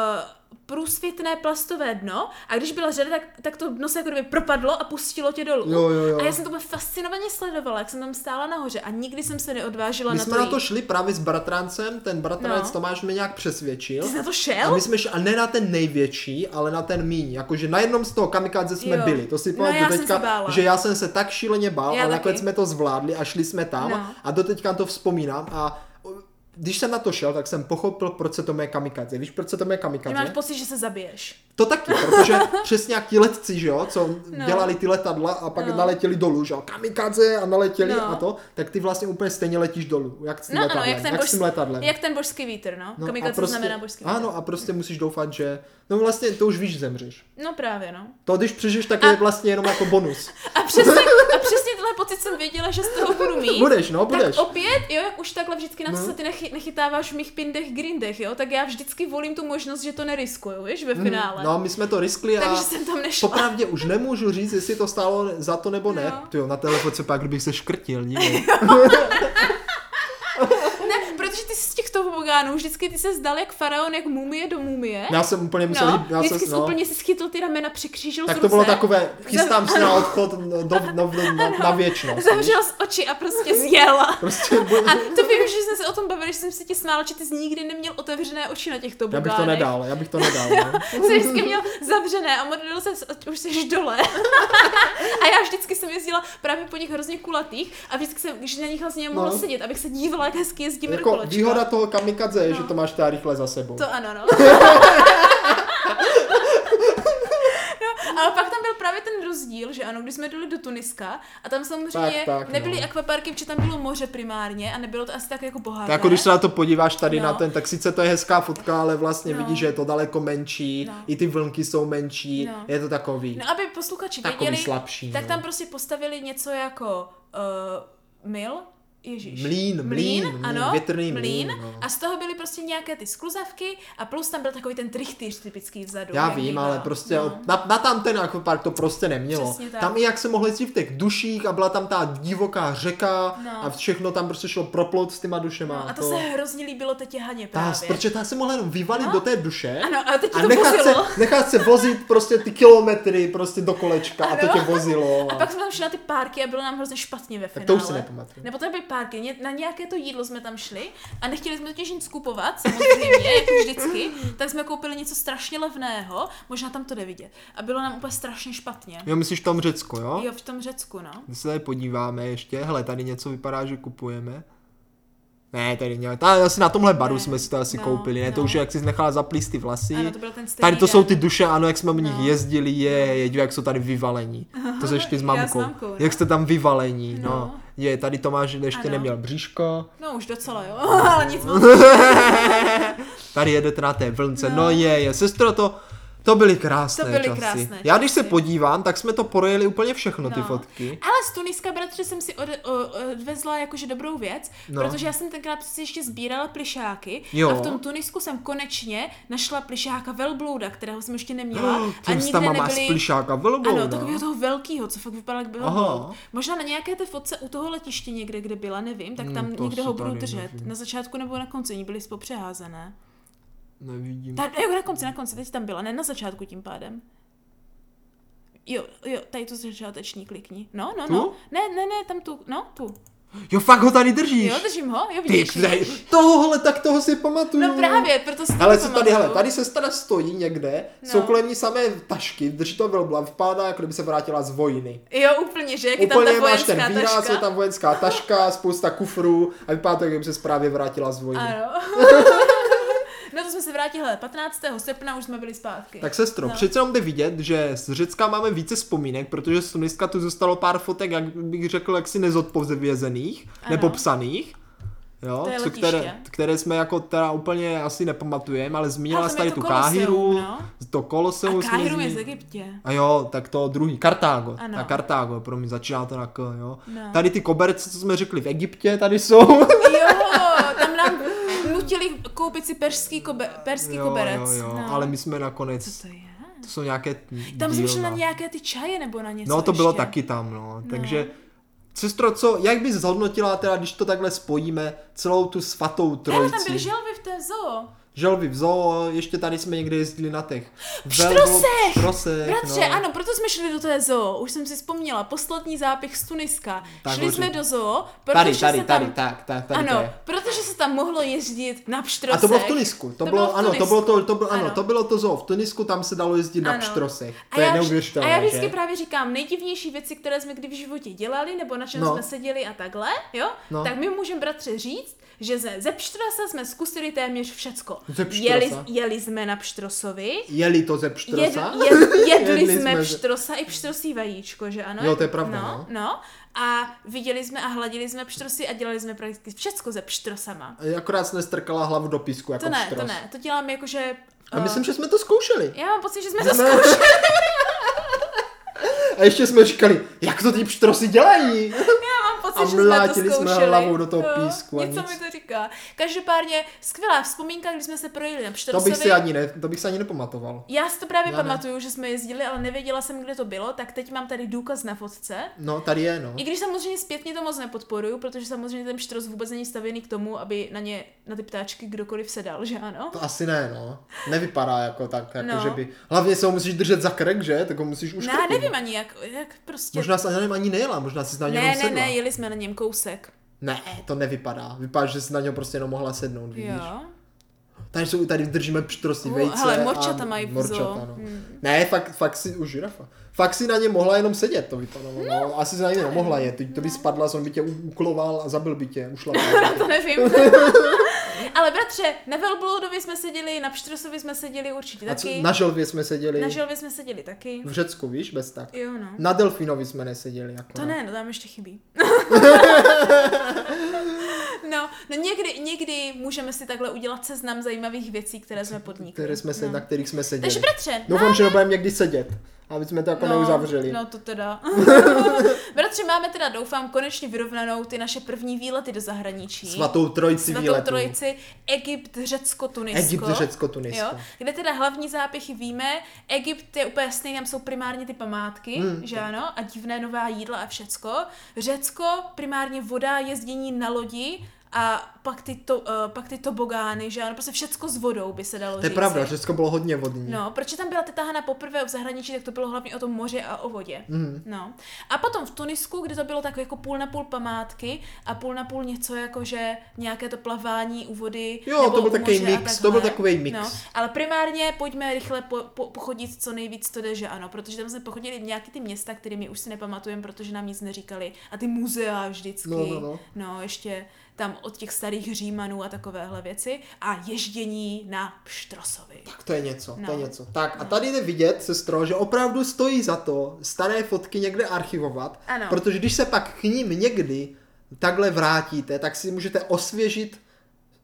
S2: průsvitné plastové dno a když byla řada, tak, tak to dno se jako kdyby propadlo a pustilo tě dolů.
S1: Jo, jo, jo.
S2: A já jsem to byla fascinovaně sledovala, jak jsem tam stála nahoře a nikdy jsem se neodvážila
S1: My
S2: na to
S1: jsme na to
S2: jít.
S1: šli právě s bratrancem, ten bratranec
S2: No.
S1: Tomáš mě nějak přesvědčil.
S2: Ty jsi na to
S1: A
S2: šel?
S1: my jsme šli, a ne na ten největší, ale na ten míň. Jakože na jednom z toho kamikadze jsme
S2: Jo.
S1: byli. To si
S2: No,
S1: pamatuju
S2: já jsem se
S1: teďka,
S2: bála.
S1: že já jsem se tak šíleně bál,
S2: Já
S1: ale
S2: taky.
S1: nakonec jsme to zvládli a šli jsme tam.
S2: No.
S1: A doteďka to vzpomínám. A o, když jsem na to šel, tak jsem pochopil, proč se to jmenuje kamikadze. Víš, proč se to jmenuje
S2: Že
S1: kamikadze?
S2: máš pocit, že se zabiješ.
S1: To taky, protože přesně jak ti letci, že jo, co no.
S2: No.
S1: dělali ty letadla a pak no.
S2: No.
S1: naletěli dolů, že jo, kamikadze a naletěli no.
S2: No.
S1: a to, tak ty vlastně úplně stejně letíš dolů, jak s tím
S2: No,
S1: letadlem.
S2: ano, jak ten,
S1: jak s tím letadlem.
S2: jak ten božský vítr, no.
S1: No,
S2: no
S1: a
S2: Kamikaze
S1: prostě,
S2: znamená božský vítr.
S1: Ano, a prostě musíš doufat, že, no vlastně to už víš, zemřeš.
S2: No právě, no.
S1: To, když přežiješ, tak je vlastně jenom jako bonus.
S2: A přesně, a přesně tenhle pocit jsem věděla, že z toho budu mít.
S1: Budeš, no, budeš.
S2: Tak opět, jo, jak už takhle vždycky na co
S1: No.
S2: se ty nechy, nechytáváš v mých pindech, grindech, jo, tak já vždycky volím tu možnost, že to neriskuju, víš, ve finále.
S1: No, my jsme to riskli a
S2: Takže jsem tam nešla.
S1: popravdě už nemůžu říct, jestli to stálo za to nebo ne.
S2: No.
S1: Ty jo, na téhle fotce pak, kdybych se škrtil, nikdy.
S2: Ne, protože ty jsi z těch tobogánů vždycky ty se zdal jak faraon, jak mumie do mumie.
S1: Já jsem úplně musel,
S2: no,
S1: jít- já
S2: vždycky
S1: jsem,
S2: jsi úplně si schytl ty ramena, překřížil
S1: Tak
S2: s
S1: to bylo
S2: ruce,
S1: takové, chystám se na odchod do, do, do, na, na věčnost.
S2: Zavřel z oči a prostě zjela.
S1: Prostě bu-
S2: A to vím, že jsme se o tom bavili, že jsem se ti smála, že ty jsi nikdy neměl otevřené oči na těch
S1: já
S2: tobogánech.
S1: bych to nedal, já bych to nedal. No.
S2: Jsi vždycky měl zavřené a modlil se, už jsi dole. a já vždycky jsem jezdila právě po nich hrozně kulatých a vždycky jsem, když na nich vlastně mohla
S1: No.
S2: sedět, abych se dívala, jak hezky jezdíme do
S1: Jako
S2: kolečka.
S1: výhoda toho kamikadze je, že to máš teda rychle za sebou.
S2: To ano, no. No, ale pak tam byl právě ten rozdíl, že ano, když jsme jeli do Tuniska a tam samozřejmě
S1: Tak, tak, no.
S2: nebyly akvaparky, protože tam bylo moře primárně a nebylo to asi tak jako bohaté.
S1: Tak jako když se na to podíváš tady
S2: No.
S1: na ten, tak sice to je hezká fotka, ale vlastně
S2: No.
S1: vidíš, že je to daleko menší,
S2: No.
S1: i ty vlnky jsou menší,
S2: No.
S1: je to takový.
S2: No, aby posluchači
S1: Takový
S2: věděli,
S1: slabší,
S2: tak
S1: no.
S2: tam prostě postavili něco jako uh, eh, mil, Ježíš.
S1: Mlín, mlín, mlín,
S2: ano,
S1: větrný mlín, no.
S2: A z toho byly prostě nějaké ty skluzavky a plus tam byl takový ten trichtýř typický vzadu.
S1: Já
S2: jak
S1: vím,
S2: býval.
S1: ale prostě no. na, na tam ten akvapark to prostě nemělo.
S2: Přesně tak.
S1: Tam i jak se mohli jít v těch duších a byla tam ta divoká řeka
S2: No.
S1: a všechno tam prostě šlo proplout s těma dušema.
S2: No, a to, se hrozně líbilo teď Haně
S1: ta,
S2: právě.
S1: protože ta se mohla jenom vyvalit
S2: No.
S1: do té duše
S2: Ano, a teď
S1: a
S2: to
S1: nechat se,
S2: vozilo.
S1: nechat se vozit prostě ty kilometry prostě do kolečka a to
S2: Ano.
S1: tě vozilo.
S2: A pak jsme tam šli na ty párky a bylo nám hrozně špatně ve finále.
S1: to už si nepamatuju.
S2: Nebo to byly párky, ně- na nějaké to jídlo jsme tam šli a nechtěli jsme totiž nic kupovat, samozřejmě, jako vždycky, tak jsme koupili něco strašně levného, možná tam to jde vidět. A bylo nám úplně strašně špatně.
S1: Jo, myslíš v tom Řecko, jo?
S2: Jo, v tom Řecku, no.
S1: My se tady podíváme ještě, hele, tady něco vypadá, že kupujeme. Ne, tady ne. Tady asi na tomhle baru
S2: Ne.
S1: jsme si to asi
S2: No,
S1: koupili, ne? To
S2: no.
S1: už je, jak jsi nechala zaplíst ty vlasy.
S2: Ano, to byl ten stejný
S1: tady to jsou
S2: den.
S1: ty duše, ano, jak jsme v nich
S2: No.
S1: jezdili, je, je, dívej, jak jsou tady vyvalení. To seš ty s
S2: Já s
S1: mamkou.
S2: mamkou, no.
S1: Jak jste tam vyvalení, no.
S2: No.
S1: Je, tady Tomáš ještě
S2: Ano.
S1: neměl bříško,
S2: No už docela, jo, ale nic moc.
S1: tady jedete na té vlnce, no,
S2: No.
S1: no je, je, sestro, to, to byly krásné
S2: To byly
S1: časy.
S2: krásné
S1: Já když se
S2: časy.
S1: podívám, tak jsme to projeli úplně všechno, ty
S2: No.
S1: fotky.
S2: Ale z Tuniska, bratře, jsem si od, o, odvezla jakože dobrou věc,
S1: No.
S2: no. protože já jsem tenkrát si ještě sbírala plišáky
S1: Jo.
S2: a v tom Tunisku jsem konečně našla plišáka velblouda, kterého jsem ještě neměla a
S1: Tím
S2: nikde
S1: tam má z
S2: nebyly...
S1: plišáka velblouda.
S2: Ano, takového toho velkého, co fakt vypadá, jak byl
S1: no. Aha.
S2: velbloud. Možná na nějaké té fotce u toho letiště někde, kde byla, nevím, tak
S1: Hmm,
S2: tam
S1: to
S2: někde
S1: si
S2: ho budou
S1: tady
S2: držet.
S1: nevím.
S2: Na začátku nebo na konci, oni byli spopřeházené.
S1: Nevidím.
S2: Ta, jo, na konci, na konci, teď tam byla, ne na začátku tím pádem. Jo, jo, tady tu začáteční klikni. No, no,
S1: Tu?
S2: no. Ne, ne, ne, tam tu, no, tu.
S1: Jo, fakt ho tady držíš.
S2: Jo, držím ho, jo,
S1: Ty,
S2: vidíš.
S1: tady, tohohle, tak toho si pamatuju.
S2: No právě, proto si to
S1: Ale co tady,
S2: pamatuju.
S1: hele, tady se teda stojí někde, no.
S2: No.
S1: jsou kolem ní samé tašky, drží to velbla, vypadá, jako kdyby se vrátila z vojny.
S2: Jo, úplně, že? Jak je tam
S1: Úplně
S2: ta
S1: máš
S2: vojenská
S1: ten výraz,
S2: taška.
S1: je tam vojenská taška, spousta kufrů a vypadá to, jak kdyby se právě vrátila z vojny.
S2: Ano. no to jsme se vrátili, hele, 15. srpna už jsme byli zpátky.
S1: Tak sestro, no.
S2: No.
S1: přece jenom jde vidět, že z Řecka máme více vzpomínek, protože z Tuniska tu zůstalo pár fotek, jak bych řekl, jaksi nezodpovězených,
S2: Ano.
S1: nepopsaných. Jo,
S2: To je
S1: co,
S2: letiště.
S1: které, které, jsme jako teda úplně asi nepamatujeme, ale zmínila
S2: Ale
S1: jsi
S2: tam
S1: tady
S2: je
S1: tu
S2: to Koloseum,
S1: Káhiru,
S2: no.
S1: to Koloseum
S2: A
S1: jsme
S2: Káhiru je z
S1: zmínili.
S2: Egyptě.
S1: A jo, tak to druhý, Kartágo,
S2: Ano.
S1: ta Kartágo, pro mě začíná to na K, jo.
S2: No.
S1: Tady ty koberce, co jsme řekli v Egyptě, tady jsou.
S2: Jo, tam nám nutili koupit si perský, kobe, perský koberec.
S1: jo, jo,
S2: no.
S1: ale my jsme nakonec,
S2: Co to je?
S1: to jsou nějaké
S2: Tam jsem šla na
S1: dílna.
S2: nějaké ty čaje nebo na něco
S1: No to bylo
S2: ještě.
S1: taky tam, no. Takže, sestro, co, jak bys zhodnotila teda, když to takhle spojíme, celou tu svatou
S2: Ne, tam byly
S1: trojici?
S2: želvy v té zoo.
S1: Želvy v zoo, ještě tady jsme někde jezdili na těch.
S2: Pštrosech!
S1: Pštrosech,
S2: Bratře,
S1: no.
S2: ano, proto jsme šli do té zoo, už jsem si vzpomněla, poslední zápěch z Tuniska.
S1: Tak
S2: šli
S1: hoří.
S2: jsme do zoo, protože
S1: Tady, tady,
S2: se tam...
S1: tady, tak, tak, tady to
S2: ano,
S1: je.
S2: protože se tam mohlo jezdit na pštrosech.
S1: A to bylo v Tunisku. To, bylo,
S2: v
S1: ano, to
S2: Tunisku.
S1: bylo to, to bylo, ano,
S2: Ano.
S1: to bylo to zoo. V Tunisku tam se dalo jezdit na
S2: Ano.
S1: pštrosech.
S2: A
S1: To je
S2: já vž-
S1: neuvěřitelné,
S2: A já vždycky
S1: že?
S2: právě říkám, nejdivnější věci, které jsme kdy v životě dělali, nebo na čem
S1: No.
S2: jsme seděli a takhle, jo?
S1: No.
S2: Tak my můžeme bratře říct, že ze, ze Pštrosa jsme zkusili téměř všecko.
S1: Ze Pštrosa?
S2: jeli, jeli jsme na Pštrosovi,
S1: Jeli to ze pštrosa?
S2: Jed, jed, jedli,
S1: Jedli
S2: jedli
S1: jsme
S2: jsme
S1: ze-
S2: pštrosa i pštrosí vajíčko, že ano?
S1: Jo, to je pravda,
S2: No, no. A viděli jsme a hladili jsme pštrosy a dělali jsme prakticky všecko ze pštrosama.
S1: Akorát jsi nestrkala hlavu do písku jako
S2: To ne,
S1: pštros.
S2: to ne. To dělám jakože...
S1: A
S2: eh,
S1: myslím, že jsme to zkoušeli.
S2: Já mám pocit, že jsme to
S1: Ne.
S2: zkoušeli.
S1: A ještě jsme říkali, jak to ty pštrosy dělají?
S2: Já mám pocit,
S1: A
S2: že jsme to
S1: mlátili
S2: zkoušeli.
S1: jsme hlavou do toho
S2: Jo,
S1: písku a
S2: Něco
S1: nic.
S2: mi to říká. Každopádně skvělá vzpomínka, když jsme se projeli na
S1: To
S2: pštrosovi.
S1: bych si ani, ne, to bych si ani nepamatoval.
S2: Já si to právě
S1: Já ne.
S2: pamatuju, že jsme jezdili, ale nevěděla jsem, kde to bylo, tak teď mám tady důkaz na fotce.
S1: No, tady je, no.
S2: I když samozřejmě zpětně to moc nepodporuju, protože samozřejmě ten štros vůbec není stavěný k tomu, aby na ně, na ty ptáčky kdokoliv sedal, že ano?
S1: To asi ne, no. Nevypadá jako tak, jako
S2: No.
S1: že by... Hlavně se ho musíš držet za krk, že? Tak ho musíš už
S2: Ne,
S1: krkem.
S2: No, nevím ani jak, jak prostě...
S1: Možná se nevím, ani nejela, možná si na něj
S2: ne,
S1: jenom
S2: ne,
S1: sedla.
S2: ne, jeli jsme na něm kousek.
S1: ne, to nevypadá. Vypadá, že si na něj prostě jenom mohla sednout, vidíš?
S2: Jo.
S1: Tady jsou, tady držíme pštrosy,
S2: U,
S1: vejce
S2: hele, morčata
S1: a
S2: mají v zoo.
S1: morčata, no.
S2: Mm.
S1: Ne, fakt, fakt si, už žirafa. Fakt si na ně mohla jenom sedět, to vypadalo. No, asi si na ně nemohla jet, teď to by spadla, on by tě u- ukloval a zabil by tě, ušla.
S2: To nevím. Ale bratře, na Velbloudovi jsme seděli, na Pštrosovi jsme seděli určitě
S1: A co,
S2: taky.
S1: na No. želvě jsme seděli,
S2: na Želvě jsme seděli taky.
S1: v Řecku, víš, bez tak.
S2: Jo, no.
S1: Na delfínovi jsme neseděli. Jako
S2: To ne, no tam ještě chybí. no, no někdy, někdy můžeme si takhle udělat seznam zajímavých věcí, které jsme podnikli.
S1: Které jsme se,
S2: no.
S1: Na kterých jsme seděli.
S2: Takže bratře,
S1: Doufám, že nebudeme někdy sedět. aby jsme No, to jako no, neuzavřeli.
S2: No to teda. Bratře, máme teda, doufám, konečně vyrovnanou ty naše první výlety do zahraničí.
S1: Svatou trojici
S2: Svatou
S1: výletů.
S2: trojici Egypt, Řecko, Tunisko.
S1: Egypt, Řecko, Tunisko.
S2: Jo, kde teda hlavní zápěchy víme. Egypt je úplně jasný, tam jsou primárně ty památky,
S1: Hmm,
S2: mm, že ano, a divné nová jídla a všecko. Řecko, primárně voda, jezdění na lodi, a pak ty, to, uh, pak ty tobogány, že ano, prostě všecko s vodou by se dalo
S1: To je
S2: říct.
S1: pravda, Řecko bylo hodně vodní.
S2: No, proč tam byla tetáhana poprvé v zahraničí, tak to bylo hlavně o tom moři a o vodě.
S1: Mhm.
S2: No. A potom v Tunisku, kde to bylo tak jako půl na půl památky a půl na půl něco jako, že nějaké to plavání u vody.
S1: Jo,
S2: nebo
S1: to byl
S2: u
S1: takový
S2: moře a
S1: mix, to byl
S2: takhle.
S1: takový mix.
S2: No, ale primárně pojďme rychle po, po, pochodit co nejvíc to jde, že ano, protože tam jsme pochodili nějaký ty města, které my už si nepamatujeme, protože nám nic neříkali. A ty muzea vždycky.
S1: No, no, no.
S2: no ještě tam od těch starých Římanů a takovéhle věci. A ježdění na Pštrosovi.
S1: Tak to je něco, no. to je
S2: No.
S1: něco. Tak a tady jde vidět, sestro, že opravdu stojí za to staré fotky někde archivovat,
S2: Ano.
S1: protože když se pak k ním někdy takhle vrátíte, tak si můžete osvěžit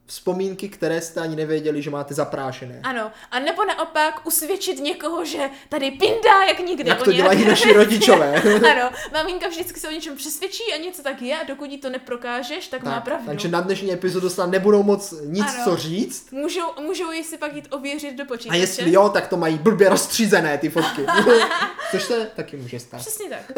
S1: vzpomínky, které jste ani nevěděli, že máte zaprášené.
S2: Ano, a nebo naopak usvědčit někoho, že tady pindá jak nikde.
S1: Jak
S2: o
S1: to
S2: nějaké
S1: dělají naši
S2: věci.
S1: rodičové.
S2: ano, maminka vždycky se o něčem přesvědčí a něco tak je a dokud jí to neprokážeš, tak, má pravdu.
S1: takže na dnešní epizodu snad nebudou moc nic ano.
S2: No, Ano.
S1: co říct.
S2: Můžou, můžou ji si pak jít ověřit do
S1: A
S2: počítače.
S1: jestli jo, tak to mají blbě rozstřízené ty fotky. Což se taky může stát.
S2: Přesně tak.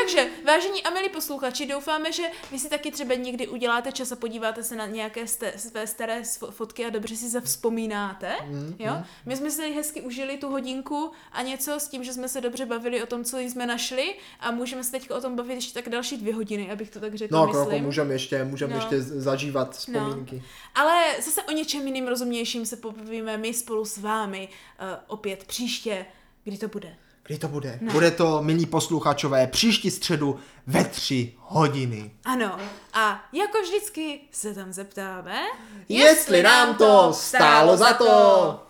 S2: Takže, vážení a milí posluchači, doufáme, že vy si taky třeba někdy uděláte čas a podíváte se na nějaké ste, své staré sfo- fotky a dobře si zavzpomínáte. Jo? My jsme si hezky užili tu hodinku a něco s tím, že jsme se dobře bavili o tom, co jsme našli a můžeme se teď o tom bavit ještě tak další dvě hodiny, abych to tak řekla,
S1: No, kroko,
S2: myslím.
S1: můžeme ještě, můžeme
S2: No.
S1: ještě zažívat vzpomínky.
S2: Ale zase o něčem jiným rozumnějším se pobavíme my spolu s vámi uh, opět příště, kdy to bude.
S1: Kdy to bude? No. Bude to, milí posluchačové, příští středu ve tři hodiny.
S2: Ano, a jako vždycky se tam zeptáme,
S1: Jestli nám to stálo za to!